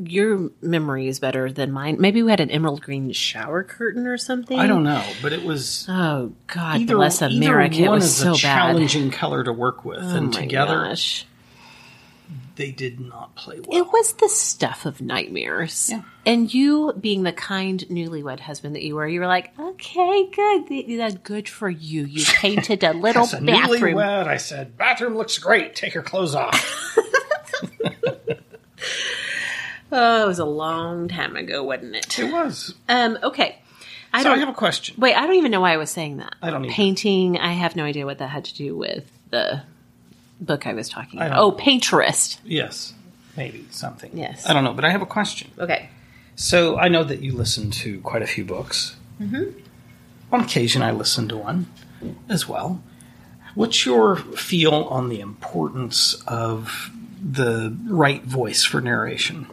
[SPEAKER 1] Your memory is better than mine. Maybe we had an emerald green shower curtain or something.
[SPEAKER 2] I don't know, but it was
[SPEAKER 1] Oh God,
[SPEAKER 2] either,
[SPEAKER 1] bless
[SPEAKER 2] either
[SPEAKER 1] America! It
[SPEAKER 2] one
[SPEAKER 1] was
[SPEAKER 2] is
[SPEAKER 1] so
[SPEAKER 2] a
[SPEAKER 1] bad.
[SPEAKER 2] challenging color to work with,
[SPEAKER 1] Oh
[SPEAKER 2] and
[SPEAKER 1] my
[SPEAKER 2] together
[SPEAKER 1] gosh.
[SPEAKER 2] they did not play well.
[SPEAKER 1] It was the stuff of nightmares.
[SPEAKER 2] Yeah.
[SPEAKER 1] And you, being the kind newlywed husband that you were, you were like, okay, good. Th- That's good for you. You painted a little
[SPEAKER 2] As a
[SPEAKER 1] bathroom.
[SPEAKER 2] newlywed, I said, "Bathroom looks great. Take your clothes off."
[SPEAKER 1] Oh, it was a long time ago, wasn't it?
[SPEAKER 2] it was.
[SPEAKER 1] Um, okay. I
[SPEAKER 2] So I
[SPEAKER 1] don't
[SPEAKER 2] have a question.
[SPEAKER 1] wait, I don't even know why I was saying that.
[SPEAKER 2] I don't either.
[SPEAKER 1] Painting, I have no idea what that had to do with the book I was talking
[SPEAKER 2] don't
[SPEAKER 1] about. Oh, Pinterest.
[SPEAKER 2] Yes, maybe something.
[SPEAKER 1] Yes.
[SPEAKER 2] I don't know, but I have a question.
[SPEAKER 1] Okay.
[SPEAKER 2] So I know that you listen to quite a few books. Mm-hmm. On occasion, I listen to one as well. What's your feel on the importance of the right voice for narration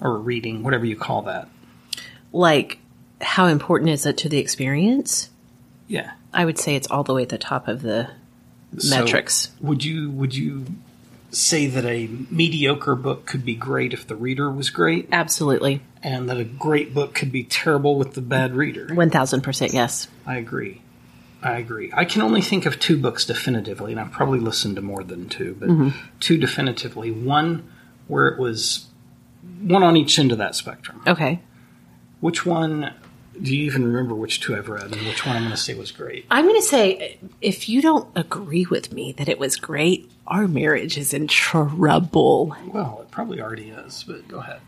[SPEAKER 2] or reading, whatever you call that?
[SPEAKER 1] Like, how important is it to the experience?
[SPEAKER 2] Yeah,
[SPEAKER 1] I would say it's all the way at the top of the
[SPEAKER 2] So
[SPEAKER 1] metrics.
[SPEAKER 2] Would you would you say that a mediocre book could be great if the reader was great,
[SPEAKER 1] Absolutely.
[SPEAKER 2] and that a great book could be terrible with the bad reader?
[SPEAKER 1] 1000% yes.
[SPEAKER 2] I agree. I agree. I can only think of two books definitively, and I've probably listened to more than two, but two definitively. One where it was one on each end of that spectrum.
[SPEAKER 1] Okay.
[SPEAKER 2] Which one do you even remember which two I've read and which one I'm going to say was great?
[SPEAKER 1] I'm going to say if you don't agree with me that it was great, our marriage is in trouble.
[SPEAKER 2] Well, it probably already is, but go ahead.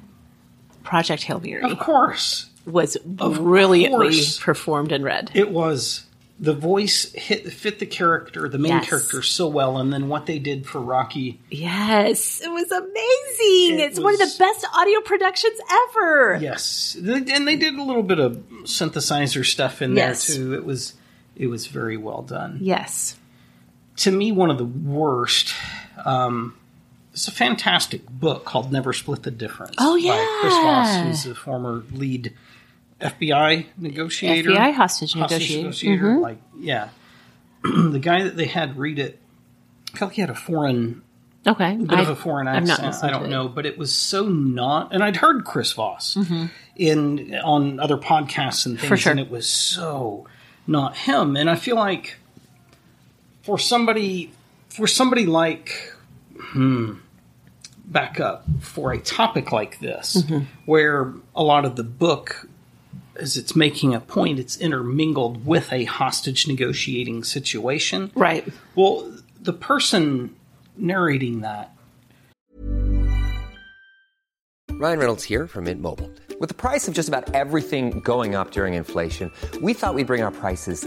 [SPEAKER 1] Project Hail Mary
[SPEAKER 2] Of course.
[SPEAKER 1] was brilliantly
[SPEAKER 2] course.
[SPEAKER 1] performed and read.
[SPEAKER 2] It was the voice hit fit the character, the main
[SPEAKER 1] Yes.
[SPEAKER 2] character so well and then what they did for Rocky.
[SPEAKER 1] Yes, it was amazing.
[SPEAKER 2] It
[SPEAKER 1] it's one of the
[SPEAKER 2] was-
[SPEAKER 1] best audio productions ever.
[SPEAKER 2] Yes, Th- and they did a little bit of synthesizer stuff in
[SPEAKER 1] Yes.
[SPEAKER 2] there too. It was it was very well done.
[SPEAKER 1] Yes.
[SPEAKER 2] To me, one of the worst. Um, it's a fantastic book called "Never Split the Difference."
[SPEAKER 1] Oh,
[SPEAKER 2] by Chris Voss,
[SPEAKER 1] yeah.
[SPEAKER 2] who's a former lead FBI negotiator,
[SPEAKER 1] FBI hostage negotiator. Mhm.
[SPEAKER 2] Like, yeah, the guy that they had read it. I felt like he had a foreign
[SPEAKER 1] Okay.
[SPEAKER 2] bit
[SPEAKER 1] I-
[SPEAKER 2] of a foreign
[SPEAKER 1] I've not
[SPEAKER 2] accent.
[SPEAKER 1] listened
[SPEAKER 2] I
[SPEAKER 1] to
[SPEAKER 2] don't
[SPEAKER 1] it.
[SPEAKER 2] know, but it was so not. And I'd heard Chris Voss in on other podcasts and things,
[SPEAKER 1] Mm-hmm. sure.
[SPEAKER 2] and it was so not him. And I feel like for somebody for somebody like hmm, back up for a topic like this,
[SPEAKER 1] Mm-hmm.
[SPEAKER 2] where a lot of the book. As it's making a point, it's intermingled with a hostage negotiating situation.
[SPEAKER 1] Right.
[SPEAKER 2] Well, the person narrating that
[SPEAKER 3] Ryan Reynolds here from Mint Mobile. With the price of just about everything going up during inflation, we thought we'd bring our prices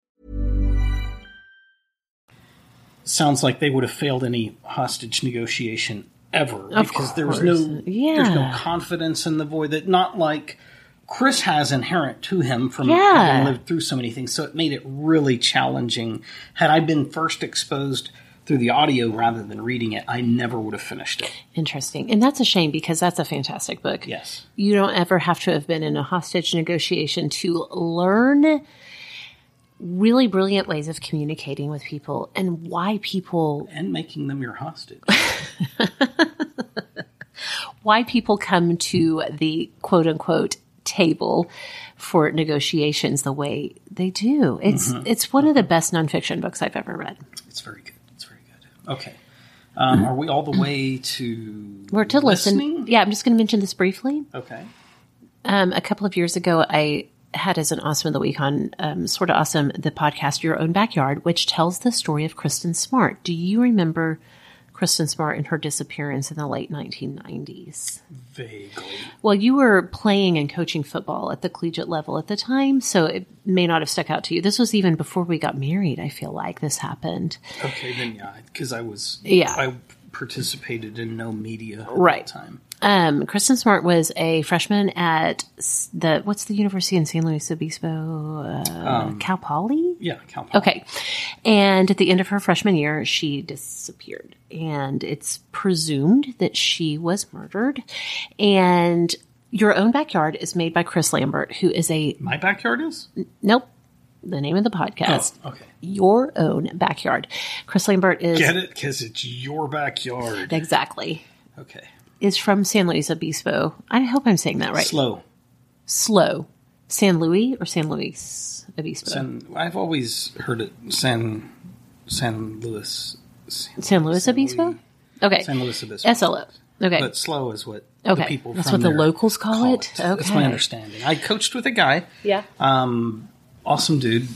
[SPEAKER 2] Sounds like they would have failed any hostage negotiation ever
[SPEAKER 1] Of
[SPEAKER 2] because there was no
[SPEAKER 1] course. Yeah.
[SPEAKER 2] there's no confidence in the void that not like Chris has inherent to him from
[SPEAKER 1] Yeah.
[SPEAKER 2] having lived through so many things, so it made it really challenging. Had I been first exposed through the audio rather than reading it, I never would have finished it.
[SPEAKER 1] Interesting. And that's a shame because that's a fantastic book.
[SPEAKER 2] Yes.
[SPEAKER 1] You don't ever have to have been in a hostage negotiation to learn really brilliant ways of communicating with people and why people
[SPEAKER 2] And making them your hostage.
[SPEAKER 1] why people come to the quote unquote table for negotiations the way they do. It's it's one of the best nonfiction books I've ever read.
[SPEAKER 2] It's very good. It's very good. Okay. Um, are we all the way to
[SPEAKER 1] Or to
[SPEAKER 2] Listening?
[SPEAKER 1] listen. Yeah, I'm just going to mention this briefly.
[SPEAKER 2] okay?
[SPEAKER 1] Um, a couple of years ago, I had as an awesome of the week on um, sort of awesome the podcast Your Own Backyard, which tells the story of Kristen Smart. Do you remember Kristen Smart and her disappearance in the late 1990s?
[SPEAKER 2] Vaguely.
[SPEAKER 1] Well, you were playing and coaching football at the collegiate level at the time, so it may not have stuck out to you. This was even before we got married, I feel like this happened.
[SPEAKER 2] Okay, then yeah, because I was
[SPEAKER 1] Yeah.
[SPEAKER 2] I participated in no media at
[SPEAKER 1] Right.
[SPEAKER 2] that time.
[SPEAKER 1] Um, Kristen Smart was a freshman at s- the, what's the university in San Luis Obispo? Uh, Cal Poly?
[SPEAKER 2] Yeah, Cal Poly.
[SPEAKER 1] Okay. And at the end of her freshman year, she disappeared. And it's presumed that she was murdered. And Your Own Backyard is made by Chris Lambert, who is a,
[SPEAKER 2] My backyard is.
[SPEAKER 1] nope, the name of the podcast.
[SPEAKER 2] Okay.
[SPEAKER 1] Your Own Backyard. Chris Lambert is.
[SPEAKER 2] Get it? Because it's your backyard.
[SPEAKER 1] Exactly.
[SPEAKER 2] Okay.
[SPEAKER 1] Is from San Luis Obispo. I hope I'm saying that right.
[SPEAKER 2] Slow.
[SPEAKER 1] Slow. San Luis or San Luis Obispo? San,
[SPEAKER 2] San, I've always heard it San San Luis San,
[SPEAKER 1] Luis Obispo?
[SPEAKER 2] Luis-
[SPEAKER 1] Okay.
[SPEAKER 2] San Luis Obispo.
[SPEAKER 1] SLO. Okay.
[SPEAKER 2] But slow is what
[SPEAKER 1] Okay,
[SPEAKER 2] the people
[SPEAKER 1] that's
[SPEAKER 2] from
[SPEAKER 1] what the
[SPEAKER 2] there
[SPEAKER 1] locals call it?
[SPEAKER 2] That's
[SPEAKER 1] Okay.
[SPEAKER 2] my understanding. I coached with a guy.
[SPEAKER 1] yeah.
[SPEAKER 2] awesome dude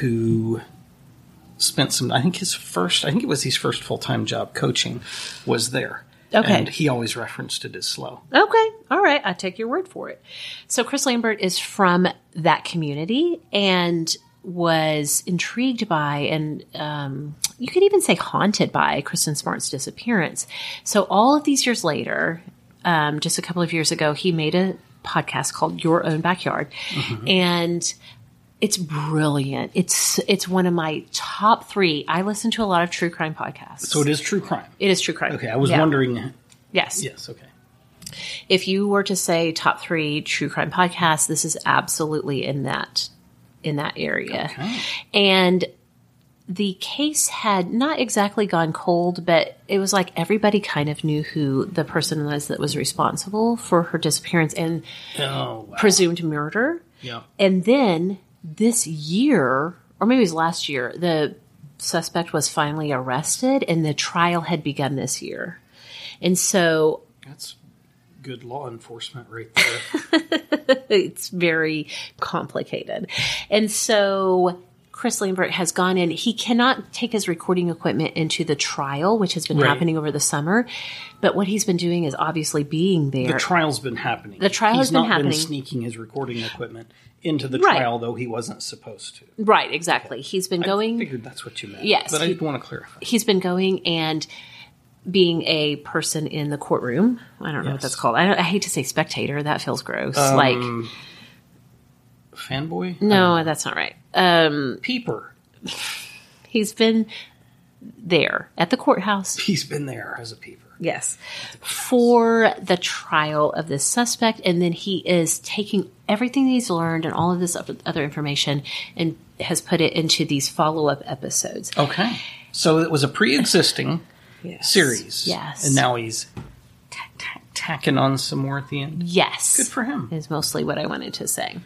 [SPEAKER 2] who spent some i think his first i think it was his first full-time job coaching was there
[SPEAKER 1] Okay.
[SPEAKER 2] and he always referenced it as slow
[SPEAKER 1] Okay. All right. I take your word for it. So Chris Lambert is from that community and was intrigued by and um, you could even say haunted by Kristen Smart's disappearance. So all of these years later, um, just a couple of years ago, he made a podcast called Your Own Backyard,
[SPEAKER 2] Mm-hmm.
[SPEAKER 1] and it's brilliant. It's it's one of my top three. I listen to a lot of true crime podcasts.
[SPEAKER 2] so it is true crime
[SPEAKER 1] it is true crime.
[SPEAKER 2] okay i was
[SPEAKER 1] Yeah.
[SPEAKER 2] wondering
[SPEAKER 1] Yes.
[SPEAKER 2] yes okay
[SPEAKER 1] if you were to say top three true crime podcasts, this is absolutely in that in that area. And the case had not exactly gone cold, but it was like everybody kind of knew who the person was that was responsible for her disappearance and
[SPEAKER 2] oh wow.
[SPEAKER 1] presumed murder.
[SPEAKER 2] yeah
[SPEAKER 1] And then this year, or maybe it was last year, the suspect was finally arrested and the trial had begun this year. And so
[SPEAKER 2] that's good law enforcement right there
[SPEAKER 1] it's very complicated. And so Chris Lambert has gone in. He cannot take his recording equipment into the trial, which has been
[SPEAKER 2] Right.
[SPEAKER 1] happening over the summer. But what he's been doing is obviously being there.
[SPEAKER 2] the trial's been happening
[SPEAKER 1] The trial
[SPEAKER 2] He's
[SPEAKER 1] has been
[SPEAKER 2] not
[SPEAKER 1] happening.
[SPEAKER 2] sneaking his recording equipment into the
[SPEAKER 1] Right.
[SPEAKER 2] trial though he wasn't supposed to
[SPEAKER 1] right, exactly. He's been
[SPEAKER 2] i
[SPEAKER 1] going.
[SPEAKER 2] figured that's what you meant
[SPEAKER 1] Yes,
[SPEAKER 2] but i
[SPEAKER 1] he-
[SPEAKER 2] did want to clarify
[SPEAKER 1] he's been going and being a person in the courtroom. I don't know what
[SPEAKER 2] Yes. Um,
[SPEAKER 1] that's called. I, don't, I hate to say spectator. That feels gross. like,
[SPEAKER 2] fanboy
[SPEAKER 1] no, that's not right. Um,
[SPEAKER 2] peeper
[SPEAKER 1] he's been there at the courthouse
[SPEAKER 2] he's been there as a peeper
[SPEAKER 1] Yes. For the trial of this suspect. And then he is taking everything that he's learned and all of this oth- other information and has put it into these follow up episodes.
[SPEAKER 2] Okay. So it was a pre existing series.
[SPEAKER 1] Yes.
[SPEAKER 2] And now he's tack, tack, tacking on some more at the end.
[SPEAKER 1] Yes.
[SPEAKER 2] Good for him.
[SPEAKER 1] Is mostly what I wanted to say.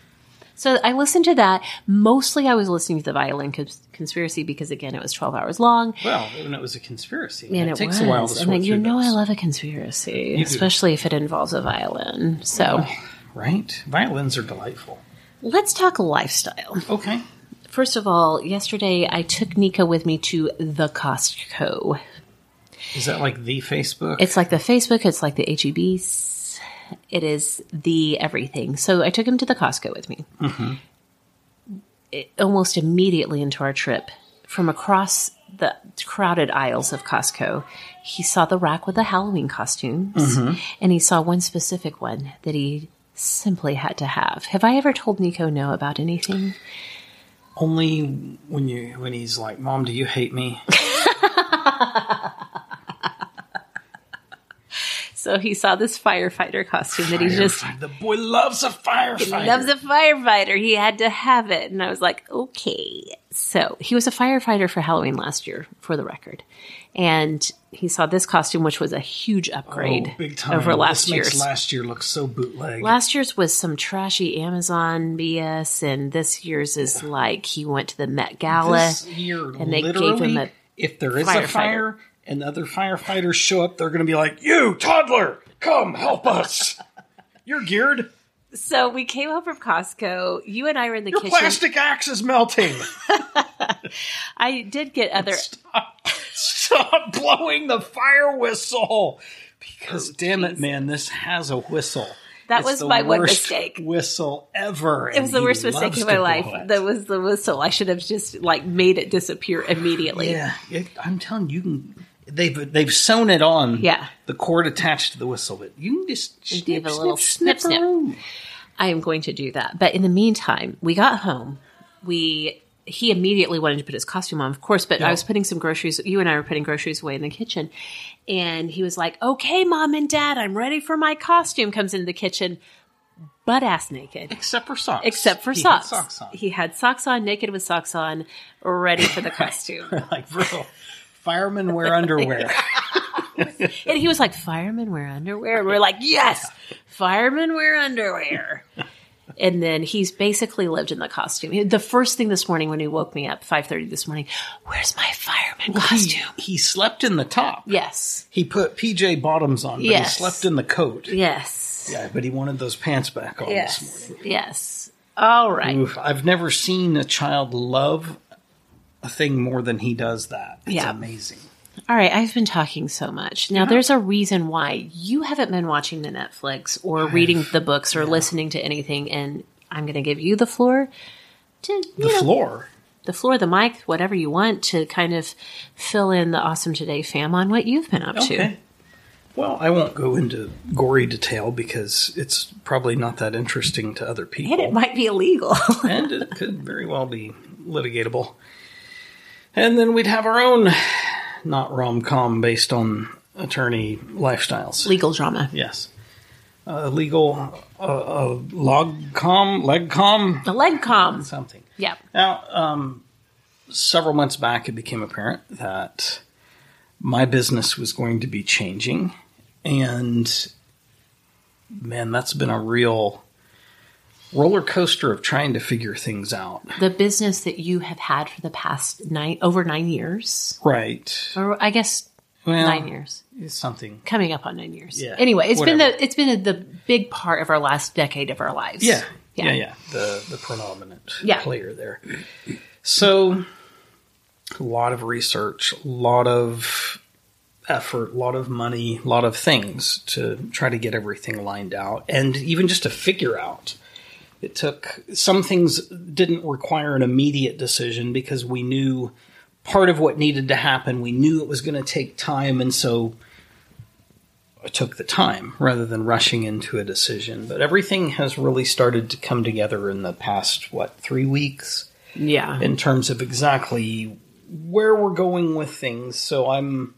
[SPEAKER 1] So I listened to that. Mostly I was listening to the violin cons- conspiracy because, again, it was 12 hours long.
[SPEAKER 2] Well, and it was a conspiracy.
[SPEAKER 1] And
[SPEAKER 2] it,
[SPEAKER 1] it,
[SPEAKER 2] takes
[SPEAKER 1] was.
[SPEAKER 2] a while to
[SPEAKER 1] and
[SPEAKER 2] sort
[SPEAKER 1] like, you
[SPEAKER 2] through
[SPEAKER 1] know, I
[SPEAKER 2] those.
[SPEAKER 1] love a conspiracy,
[SPEAKER 2] do.
[SPEAKER 1] especially if it involves a violin. So
[SPEAKER 2] Right? Violins are delightful.
[SPEAKER 1] let's talk lifestyle.
[SPEAKER 2] Okay.
[SPEAKER 1] First of all, yesterday I took Nika with me to the Costco.
[SPEAKER 2] Is that like the Facebook?
[SPEAKER 1] It's like the Facebook, it's like the HEBs, it is the everything. So I took him to the Costco with me. It- almost immediately into our trip, from across the crowded aisles of Costco, he saw the rack with the Halloween costumes, and he saw one specific one that he simply had to have. Have I ever told Nico no about anything?
[SPEAKER 2] Only when you when he's like, "Mom, do you hate me?"
[SPEAKER 1] So he saw this firefighter costume that he just
[SPEAKER 2] the boy loves a firefighter.
[SPEAKER 1] loves a firefighter. He had to have it. And I was like, okay. So he was a firefighter for Halloween last year, for the record. And he saw this costume, which was a huge upgrade
[SPEAKER 2] Oh, big time.
[SPEAKER 1] over last
[SPEAKER 2] this
[SPEAKER 1] year's.
[SPEAKER 2] Makes last year look so bootleg.
[SPEAKER 1] Last year's was some trashy Amazon BS, and this year's is like he went to the Met Gala.
[SPEAKER 2] this year,
[SPEAKER 1] and they gave
[SPEAKER 2] literally,
[SPEAKER 1] him a
[SPEAKER 2] if there is
[SPEAKER 1] firefighter.
[SPEAKER 2] a fire and other firefighters show up, they're going to be like, "You toddler, come help us! You're geared.
[SPEAKER 1] So we came home from Costco. You and I were in the
[SPEAKER 2] Your
[SPEAKER 1] kitchen.
[SPEAKER 2] plastic axe is melting.
[SPEAKER 1] I did get other.
[SPEAKER 2] Stop blowing the fire whistle." Because damn it, man, this has a whistle.
[SPEAKER 1] Oh, That
[SPEAKER 2] It's
[SPEAKER 1] was
[SPEAKER 2] the
[SPEAKER 1] my one
[SPEAKER 2] worst
[SPEAKER 1] mistake.
[SPEAKER 2] Whistle ever.
[SPEAKER 1] It was the worst mistake of my life. That was the whistle. I should have just like made it disappear immediately.
[SPEAKER 2] Yeah, it, I'm telling you, you can. They've they've sewn it on.
[SPEAKER 1] Yeah.
[SPEAKER 2] the cord attached to the whistle, but you can just snip,
[SPEAKER 1] give a little
[SPEAKER 2] snip,
[SPEAKER 1] snip, snip.
[SPEAKER 2] around.
[SPEAKER 1] I am going to do that. But in the meantime, we got home. We he immediately wanted to put his costume on, of course, but I was putting some groceries you and I were putting groceries away in the kitchen. And he was like, Okay, mom and dad, I'm ready for my costume, comes into the kitchen, butt ass naked.
[SPEAKER 2] Except for socks.
[SPEAKER 1] Except for
[SPEAKER 2] He had
[SPEAKER 1] socks.
[SPEAKER 2] socks on.
[SPEAKER 1] He had socks on, naked with socks on, ready for the costume.
[SPEAKER 2] like bro, firemen wear underwear.
[SPEAKER 1] And he was like, firemen wear underwear. And we're like, yes, firemen wear underwear. and then he's basically lived in the costume. The first thing this morning when he woke me up, 5.30 this morning, where's my fireman
[SPEAKER 2] he,
[SPEAKER 1] costume?
[SPEAKER 2] he slept in the top.
[SPEAKER 1] Yes.
[SPEAKER 2] He put PJ bottoms on, but
[SPEAKER 1] Yes.
[SPEAKER 2] he slept in the coat.
[SPEAKER 1] Yes.
[SPEAKER 2] Yeah, but he wanted those pants back on this
[SPEAKER 1] Yes.
[SPEAKER 2] morning.
[SPEAKER 1] Yes. All right.
[SPEAKER 2] Oof, I've never seen a child love a thing more than he does that. It's
[SPEAKER 1] Yeah.
[SPEAKER 2] amazing.
[SPEAKER 1] All right. I've been talking so much. Now, there's a reason why you haven't been watching the Netflix or reading the books or listening to anything. And I'm going to give you the floor to, you
[SPEAKER 2] The
[SPEAKER 1] know,
[SPEAKER 2] floor.
[SPEAKER 1] the floor, the mic, whatever you want to kind of fill in the awesome today fam on what you've been up to.
[SPEAKER 2] Well, I won't go into gory detail because it's probably not that interesting to other people.
[SPEAKER 1] And it might be illegal.
[SPEAKER 2] and it could very well be litigatable. And then we'd have our own not rom com based on attorney lifestyles.
[SPEAKER 1] Legal drama.
[SPEAKER 2] yes. Uh, legal uh, uh, log com, leg com,
[SPEAKER 1] The leg calm.
[SPEAKER 2] something.
[SPEAKER 1] Yep.
[SPEAKER 2] Now, um, several months back, it became apparent that my business was going to be changing, and man, that's been a real roller coaster of trying to figure things out.
[SPEAKER 1] The business that you have had for the past nine, over nine years,
[SPEAKER 2] Right?
[SPEAKER 1] or I guess
[SPEAKER 2] Well,
[SPEAKER 1] nine years,
[SPEAKER 2] It's something.
[SPEAKER 1] coming up on nine years.
[SPEAKER 2] Yeah,
[SPEAKER 1] anyway, it's been
[SPEAKER 2] whatever.
[SPEAKER 1] the it's been the big part of our last decade of our lives.
[SPEAKER 2] Yeah,
[SPEAKER 1] Yeah.
[SPEAKER 2] yeah, yeah. The the predominant
[SPEAKER 1] Yeah.
[SPEAKER 2] player there. So, a lot of research, a lot of effort, a lot of money, a lot of things to try to get everything lined out, and even just to figure out. It took some things didn't require an immediate decision because we knew part of what needed to happen. We knew it was going to take time, and so I took the time rather than rushing into a decision. But everything has really started to come together in the past, what, three weeks
[SPEAKER 1] yeah.
[SPEAKER 2] in terms of exactly where we're going with things. So I'm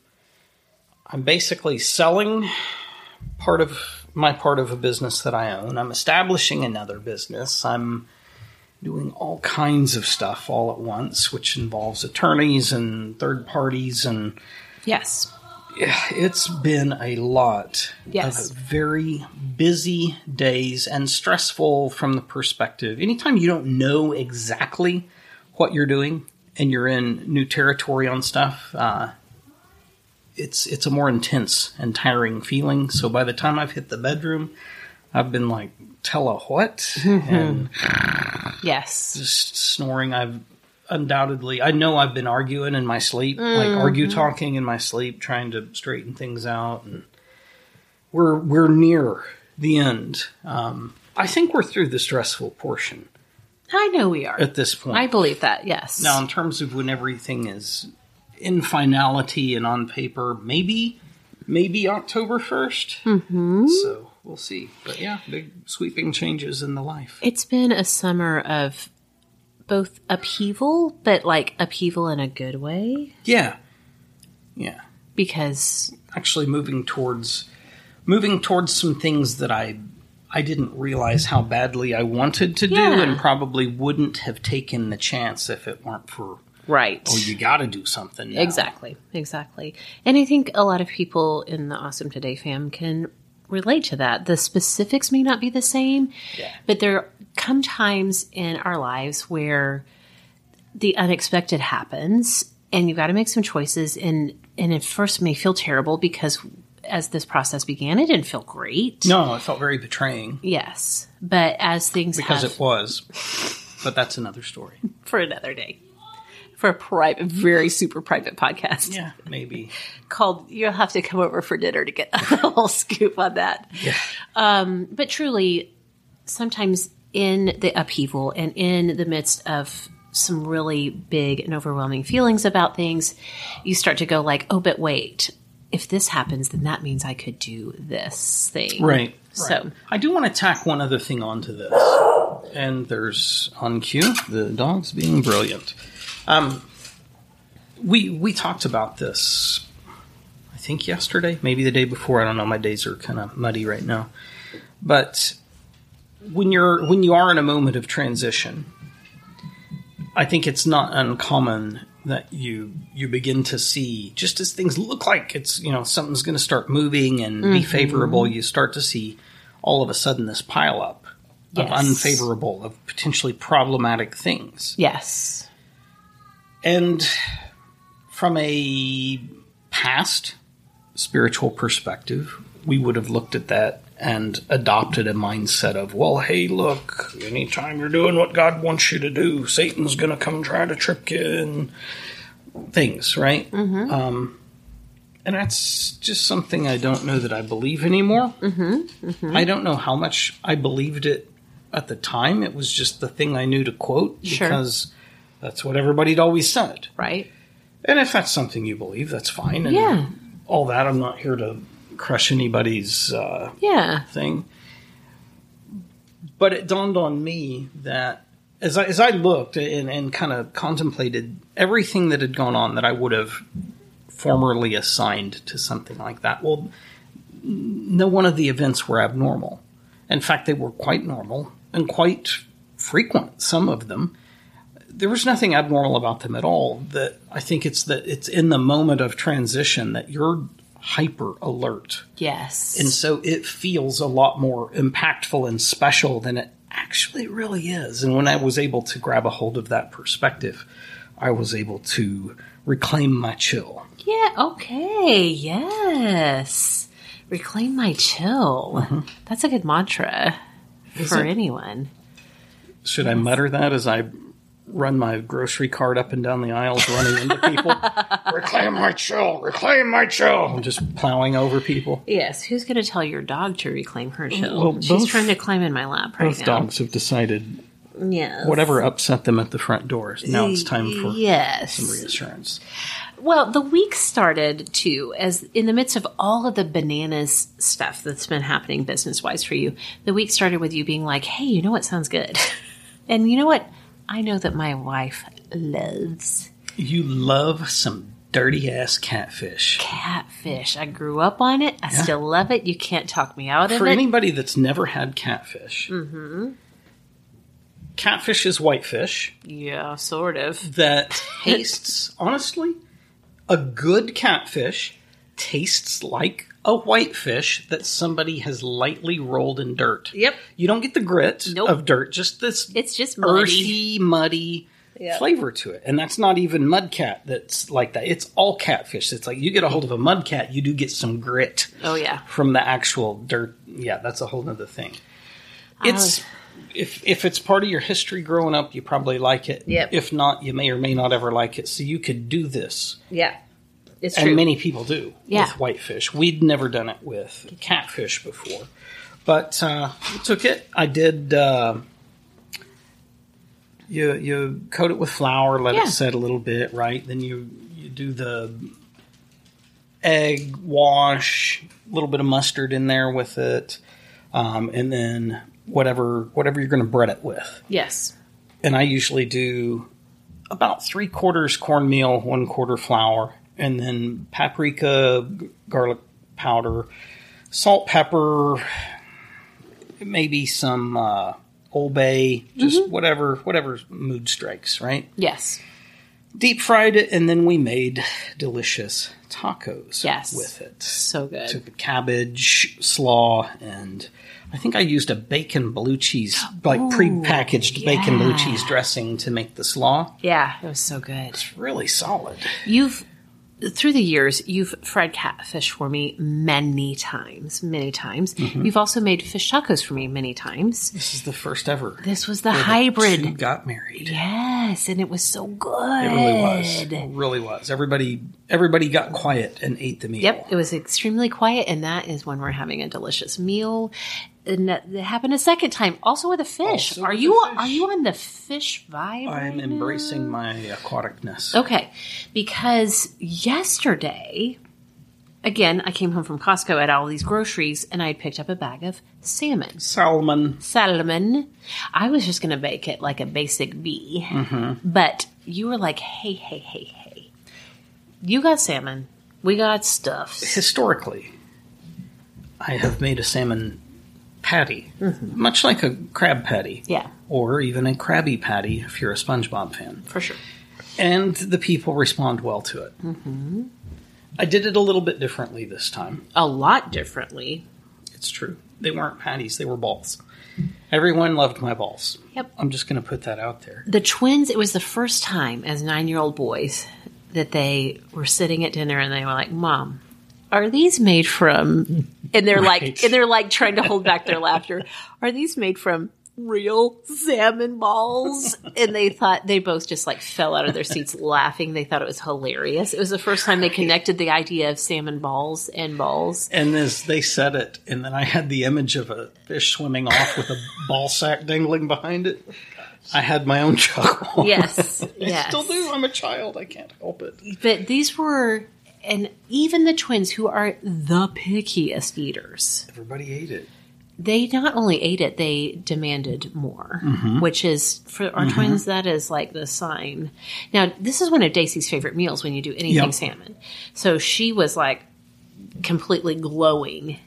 [SPEAKER 2] I'm basically selling part of my part of a business that I own. I'm establishing another business. I'm doing all kinds of stuff all at once, which involves attorneys and third parties and
[SPEAKER 1] Yes.
[SPEAKER 2] it's been a lot
[SPEAKER 1] Yes.
[SPEAKER 2] of very busy days and stressful from the perspective. Anytime you don't know exactly what you're doing and you're in new territory on stuff, uh, it's it's a more intense and tiring feeling. So by the time I've hit the bedroom, I've been like, tell a what? and
[SPEAKER 1] Yes.
[SPEAKER 2] just snoring. I've undoubtedly. I know I've been arguing in my sleep, like argue talking in my sleep, trying to straighten things out, and we're we're near the end. Um, I think we're through the stressful portion
[SPEAKER 1] I know we are.
[SPEAKER 2] at this point.
[SPEAKER 1] I believe that, yes.
[SPEAKER 2] Now, in terms of when everything is in finality and on paper, maybe maybe October 1st Mm-hmm. So we'll see. But yeah, big sweeping changes in the life.
[SPEAKER 1] It's been a summer of both upheaval, but like upheaval in a good way
[SPEAKER 2] Yeah, yeah.
[SPEAKER 1] because
[SPEAKER 2] Actually, moving towards moving towards some things that I I didn't realize how badly I wanted to do,
[SPEAKER 1] Yeah.
[SPEAKER 2] and probably wouldn't have taken the chance if it weren't for
[SPEAKER 1] right.
[SPEAKER 2] oh, you got to do something. now.
[SPEAKER 1] Exactly, exactly. And I think a lot of people in the Awesome Today fam can relate to that. The specifics may not be the same, but there come times in our lives where the unexpected happens and you've got to make some choices and and it first may feel terrible because as this process began it didn't feel great.
[SPEAKER 2] No, it felt very betraying
[SPEAKER 1] Yes. But as things
[SPEAKER 2] because
[SPEAKER 1] have,
[SPEAKER 2] it was. But that's another story.
[SPEAKER 1] for another day. For a private very super private podcast.
[SPEAKER 2] Yeah, maybe.
[SPEAKER 1] called you'll have to come over for dinner to get a whole scoop on that um, but truly sometimes in the upheaval and in the midst of some really big and overwhelming feelings about things you start to go like oh but wait if this happens then that means i could do this thing
[SPEAKER 2] Right.
[SPEAKER 1] so
[SPEAKER 2] I do want to tack one other thing onto this. And there's on cue the dogs being brilliant. Um, we we talked about this. I think yesterday, maybe the day before. I don't know. My days are kind of muddy right now. But when you're when you are in a moment of transition, I think it's not uncommon that you you begin to see just as things look like it's you know something's going to start moving and be favorable, you start to see all of a sudden this pileup of
[SPEAKER 1] Yes.
[SPEAKER 2] unfavorable, of potentially problematic things.
[SPEAKER 1] yes
[SPEAKER 2] And from a past spiritual perspective, we would have looked at that and adopted a mindset of, well, hey, look, anytime you're doing what God wants you to do, Satan's going to come try to trick you and things, right? Um, and that's just something I don't know that I believe anymore. Mm-hmm, I don't know how much I believed it at the time. It was just the thing I knew to quote
[SPEAKER 1] Sure.
[SPEAKER 2] because that's what everybody'd always said.
[SPEAKER 1] right
[SPEAKER 2] And if that's something you believe, that's fine. And
[SPEAKER 1] Yeah.
[SPEAKER 2] All that. I'm not here to crush anybody's uh,
[SPEAKER 1] yeah
[SPEAKER 2] thing. But it dawned on me that as I, as I looked and, and kind of contemplated everything that had gone on that I would have formerly assigned to something like that, well, n- no one of the events were abnormal. In fact, they were quite normal and quite frequent, some of them. There was nothing abnormal about them at all. That I think it's that it's in the moment of transition that you're hyper alert.
[SPEAKER 1] yes
[SPEAKER 2] And so it feels a lot more impactful and special than it actually really is. And when I was able to grab a hold of that perspective, I was able to reclaim my chill.
[SPEAKER 1] Yeah, okay, yes. Reclaim my chill.
[SPEAKER 2] Mm-hmm.
[SPEAKER 1] That's a good mantra for anyone.
[SPEAKER 2] Should I mutter that as I run my grocery cart up and down the aisles, running into people? reclaim my chill, reclaim my chill. I'm just plowing over people.
[SPEAKER 1] Yes, who's going to tell your dog to reclaim her chill?
[SPEAKER 2] Well,
[SPEAKER 1] She's
[SPEAKER 2] both-
[SPEAKER 1] trying to climb in my lap right
[SPEAKER 2] Both
[SPEAKER 1] now.
[SPEAKER 2] dogs have decided
[SPEAKER 1] Yes.
[SPEAKER 2] whatever upset them at the front door. Now it's time for
[SPEAKER 1] Yes.
[SPEAKER 2] some reassurance.
[SPEAKER 1] Well, the week started too, as in the midst of all of the bananas stuff that's been happening business wise for you, the week started with you being like, hey, you know what sounds good? and you know what? I know that my wife loves
[SPEAKER 2] You love some dirty ass catfish.
[SPEAKER 1] catfish. I grew up on it. I still love it. You can't talk me out of
[SPEAKER 2] for
[SPEAKER 1] it. Mm-hmm.
[SPEAKER 2] anybody that's never had catfish, catfish is whitefish
[SPEAKER 1] yeah, sort of.
[SPEAKER 2] that tastes, honestly, a good catfish tastes like a whitefish that somebody has lightly rolled in dirt.
[SPEAKER 1] Yep.
[SPEAKER 2] You don't get the grit
[SPEAKER 1] Nope.
[SPEAKER 2] of dirt, just this
[SPEAKER 1] It's just muddy.
[SPEAKER 2] earthy, muddy flavor to it. And that's not even mudcat that's like that. It's all catfish. It's like you get a hold of a mudcat, you do get some grit
[SPEAKER 1] Oh yeah.
[SPEAKER 2] from the actual dirt. Yeah, that's a whole nother thing. It's if if it's part of your history growing up, you probably like it.
[SPEAKER 1] Yep.
[SPEAKER 2] If not, you may or may not ever like it. So you could do this,
[SPEAKER 1] Yeah. It's
[SPEAKER 2] and
[SPEAKER 1] true.
[SPEAKER 2] many people do
[SPEAKER 1] Yeah.
[SPEAKER 2] with whitefish. We'd never done it with catfish before, but uh, we took it. I did. Uh, you you coat it with flour, let
[SPEAKER 1] Yeah.
[SPEAKER 2] it set a little bit, right? Then you you do the egg wash, a little bit of mustard in there with it, um, and then whatever whatever you're going to bread it with
[SPEAKER 1] yes.
[SPEAKER 2] and I usually do about three quarters cornmeal, one quarter flour, and then paprika, g- garlic powder, salt, pepper, maybe some uh, Old Bay, just whatever whatever mood strikes. Right,
[SPEAKER 1] Yes.
[SPEAKER 2] deep fried it, and then we made delicious tacos.
[SPEAKER 1] Yes.
[SPEAKER 2] with it.
[SPEAKER 1] So good.
[SPEAKER 2] Took cabbage, slaw, and I think I used a bacon blue cheese, like pre-packaged bacon blue cheese dressing to make the slaw.
[SPEAKER 1] Yeah. It was so good.
[SPEAKER 2] It's really solid.
[SPEAKER 1] You've through the years, you've fried catfish for me many times, many times.
[SPEAKER 2] Mm-hmm.
[SPEAKER 1] You've also made fish tacos for me many times.
[SPEAKER 2] This is the first ever.
[SPEAKER 1] This was the
[SPEAKER 2] where the
[SPEAKER 1] hybrid.
[SPEAKER 2] two got married.
[SPEAKER 1] Yes, and it was so good.
[SPEAKER 2] Oh, It really was. It really was. Everybody, everybody got quiet and ate the meal.
[SPEAKER 1] Yep, it was extremely quiet, and that is when we're having a delicious meal. And that that happened a second time, also with a fish.
[SPEAKER 2] Also
[SPEAKER 1] are
[SPEAKER 2] with
[SPEAKER 1] you
[SPEAKER 2] the fish.
[SPEAKER 1] are you on the fish vibe?
[SPEAKER 2] I'm
[SPEAKER 1] right
[SPEAKER 2] embracing my aquaticness.
[SPEAKER 1] Okay, because yesterday, again, I came home from Costco at all these groceries, and I had picked up a bag of salmon.
[SPEAKER 2] Salmon.
[SPEAKER 1] Salmon. I was just going to bake it like a basic bee,
[SPEAKER 2] Mm-hmm.
[SPEAKER 1] but you were like, "Hey, hey, hey, hey! You got salmon. We got stuffs.
[SPEAKER 2] Historically, I have made a salmon patty, much like a crab patty.
[SPEAKER 1] Mm-hmm. Yeah,
[SPEAKER 2] or even a Krabby Patty if you're a SpongeBob fan.
[SPEAKER 1] for sure.
[SPEAKER 2] And the people respond well to it. Mm-hmm. I did it a little bit differently this time.
[SPEAKER 1] a lot differently.
[SPEAKER 2] It's true. They weren't patties, they were balls. Everyone loved my balls.
[SPEAKER 1] Yep.
[SPEAKER 2] I'm just going to put that out there.
[SPEAKER 1] The twins, it was the first time as nine year old boys that they were sitting at dinner and they were like, Mom, are these made from and they're like
[SPEAKER 2] Right.
[SPEAKER 1] and they're like trying to hold back their laughter. Are these made from real salmon balls? and they thought they both just like fell out of their seats laughing. They thought it was hilarious. It was the first time they connected the idea of salmon balls and balls.
[SPEAKER 2] And as they said it, and then I had the image of a fish swimming off with a ball sack dangling behind it. I had my own chuckle.
[SPEAKER 1] Yes.
[SPEAKER 2] I
[SPEAKER 1] yes.
[SPEAKER 2] still do. I'm a child. I can't help it.
[SPEAKER 1] But these were, and even the twins, who are the pickiest eaters,
[SPEAKER 2] Everybody ate it.
[SPEAKER 1] they not only ate it, they demanded more, which is for our twins, that is like the sign. Now, this is one of Daisy's favorite meals when you do anything
[SPEAKER 2] Yep.
[SPEAKER 1] salmon. So she was like completely glowing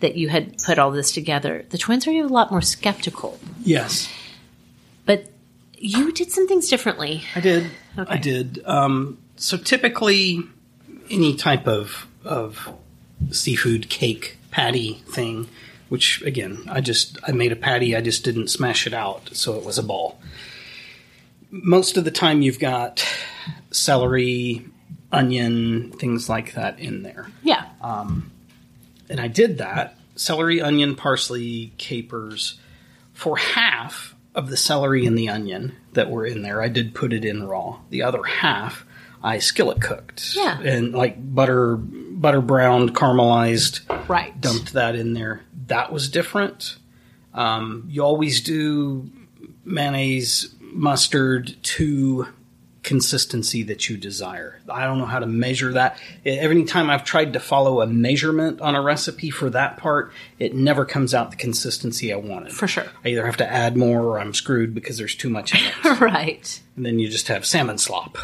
[SPEAKER 1] that you had put all this together. The twins are a lot more skeptical,
[SPEAKER 2] Yes.
[SPEAKER 1] but you did some things differently.
[SPEAKER 2] I did. I did. Um, so typically, any type of of seafood cake patty thing, which again, I just I made a patty. I just didn't smash it out, so it was a ball. Most of the time, you've got celery, onion, things like that in there,
[SPEAKER 1] Yeah.
[SPEAKER 2] and I did that: celery, onion, parsley, capers. For half of the celery and the onion that were in there, I did put it in raw. The other half, I skillet cooked.
[SPEAKER 1] Yeah.
[SPEAKER 2] And like butter, butter browned, caramelized,
[SPEAKER 1] right.
[SPEAKER 2] dumped that in there. That was different. Um, you always do mayonnaise, mustard to consistency that you desire. I don't know how to measure that. E, Every time I've tried to follow a measurement on a recipe for that part, it never comes out the consistency I wanted.
[SPEAKER 1] For sure.
[SPEAKER 2] I either have to add more or I'm screwed because there's too much in it.
[SPEAKER 1] Right.
[SPEAKER 2] and then you just have salmon slop.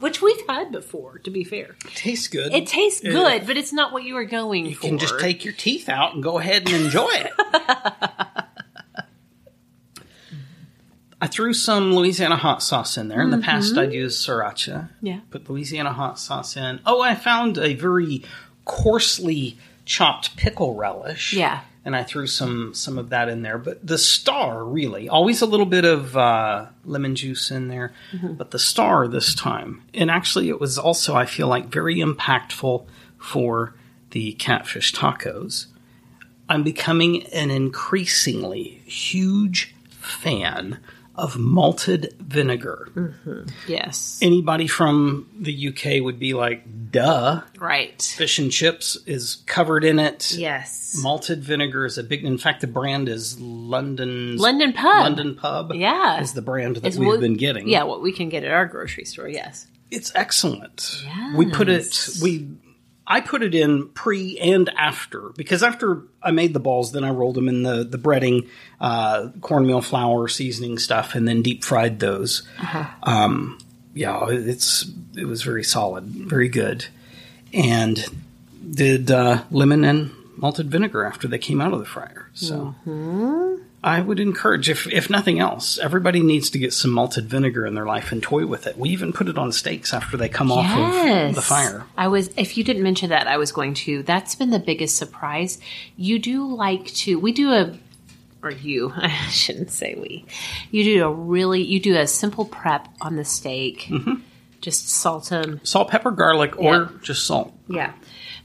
[SPEAKER 1] Which we've had before, to be fair.
[SPEAKER 2] tastes good.
[SPEAKER 1] It tastes
[SPEAKER 2] Yeah.
[SPEAKER 1] good, but it's not what you were going for.
[SPEAKER 2] You can just take your teeth out and go ahead and enjoy it. I threw some Louisiana hot sauce in there. In the past, I'd used sriracha.
[SPEAKER 1] Yeah.
[SPEAKER 2] Put Louisiana hot sauce in. Oh, I found a very coarsely chopped pickle relish.
[SPEAKER 1] Yeah.
[SPEAKER 2] And I threw some some of that in there. But the star, really, always a little bit of uh, lemon juice in there. But the star this time, and actually, it was also, I feel like, very impactful for the catfish tacos I'm becoming an increasingly huge fan of malted vinegar.
[SPEAKER 1] Yes.
[SPEAKER 2] Anybody from the UK would be like, duh.
[SPEAKER 1] Right.
[SPEAKER 2] Fish and chips is covered in it.
[SPEAKER 1] Yes.
[SPEAKER 2] Malted vinegar is a big. In fact, the brand is London's
[SPEAKER 1] London Pub.
[SPEAKER 2] London Pub.
[SPEAKER 1] Yeah.
[SPEAKER 2] is the brand that
[SPEAKER 1] It's
[SPEAKER 2] we've
[SPEAKER 1] what-
[SPEAKER 2] been getting.
[SPEAKER 1] Yeah, what we can get at our grocery store. Yes.
[SPEAKER 2] it's excellent. We put it. We I put it in pre and after because after I made the balls, then I rolled them in the the breading, uh, cornmeal flour seasoning stuff, and then deep fried those. Um, yeah, it's it was very solid, very good, and did uh, lemon and malted vinegar after they came out of the fryer. So. I would encourage, if if nothing else, everybody needs to get some malted vinegar in their life and toy with it. We even put it on steaks after they come off of
[SPEAKER 1] Yes.
[SPEAKER 2] the fire.
[SPEAKER 1] I was, if you didn't mention that, I was going to. That's been the biggest surprise. You do like to, we do a, or you, I shouldn't say we, you do a really, you do a simple prep on the steak.
[SPEAKER 2] Mm-hmm.
[SPEAKER 1] Just salt them.
[SPEAKER 2] Salt, pepper, garlic, or just salt.
[SPEAKER 1] Yeah.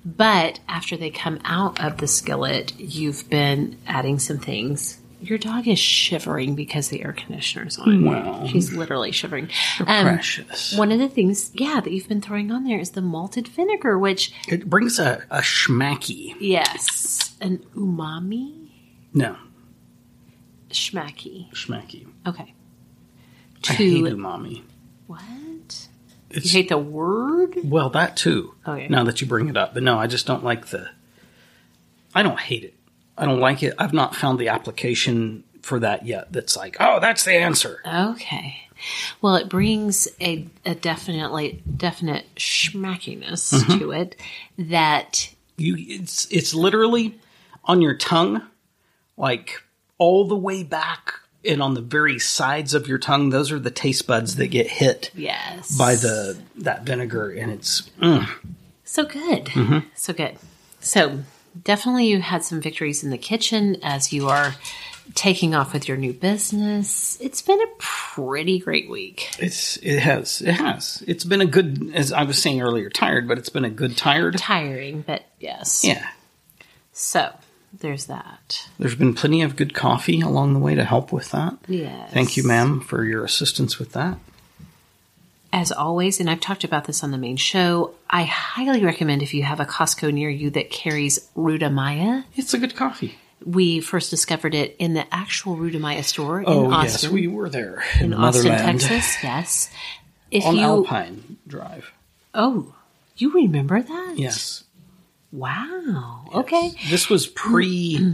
[SPEAKER 1] But after they come out of the skillet, you've been adding some things. Your dog is shivering because the air conditioner's on.
[SPEAKER 2] Wow.
[SPEAKER 1] She's literally shivering. Um,
[SPEAKER 2] Precious.
[SPEAKER 1] one of the things, yeah, that you've been throwing on there is the malted vinegar, which
[SPEAKER 2] It brings a, a schmacky.
[SPEAKER 1] Yes. An umami
[SPEAKER 2] No,
[SPEAKER 1] schmacky.
[SPEAKER 2] schmacky.
[SPEAKER 1] Okay.
[SPEAKER 2] I hate
[SPEAKER 1] To
[SPEAKER 2] umami.
[SPEAKER 1] what? You
[SPEAKER 2] It's,
[SPEAKER 1] hate the Oh, word?
[SPEAKER 2] well, that too.
[SPEAKER 1] Okay.
[SPEAKER 2] Now that you bring it up. But no, I just don't like the. I don't hate it. I don't like it. I've not found the application for that yet that's like, oh, that's the answer.
[SPEAKER 1] Okay. Well, it brings a, a definitely definite schmackiness
[SPEAKER 2] Mm-hmm.
[SPEAKER 1] to it that
[SPEAKER 2] You, it's it's literally on your tongue, like all the way back and on the very sides of your tongue. Those are the taste buds that get hit
[SPEAKER 1] yes
[SPEAKER 2] by the that vinegar, and it's mm,
[SPEAKER 1] so good
[SPEAKER 2] Mm-hmm.
[SPEAKER 1] so good so definitely you had some victories in the kitchen as you are taking off with your new business it's been a pretty great week
[SPEAKER 2] it's it has it has it's been a good as I was saying earlier, tired, but it's been a good tired.
[SPEAKER 1] tiring but yes
[SPEAKER 2] Yeah,
[SPEAKER 1] So there's that.
[SPEAKER 2] there's been plenty of good coffee along the way to help with that.
[SPEAKER 1] Yes.
[SPEAKER 2] Thank you, ma'am, for your assistance with that.
[SPEAKER 1] As always, and I've talked about this on the main show, I highly recommend if you have a Costco near you that carries Rudamaya.
[SPEAKER 2] It's a good coffee.
[SPEAKER 1] We first discovered it in the actual Rudamaya store in
[SPEAKER 2] Oh yes,
[SPEAKER 1] Austin,
[SPEAKER 2] we were there
[SPEAKER 1] in Austin,
[SPEAKER 2] Motherland.
[SPEAKER 1] Texas. Yes. If
[SPEAKER 2] on
[SPEAKER 1] you
[SPEAKER 2] Alpine Drive.
[SPEAKER 1] oh, you remember that?
[SPEAKER 2] Yes.
[SPEAKER 1] Wow. Okay. Mm.
[SPEAKER 2] This was pre.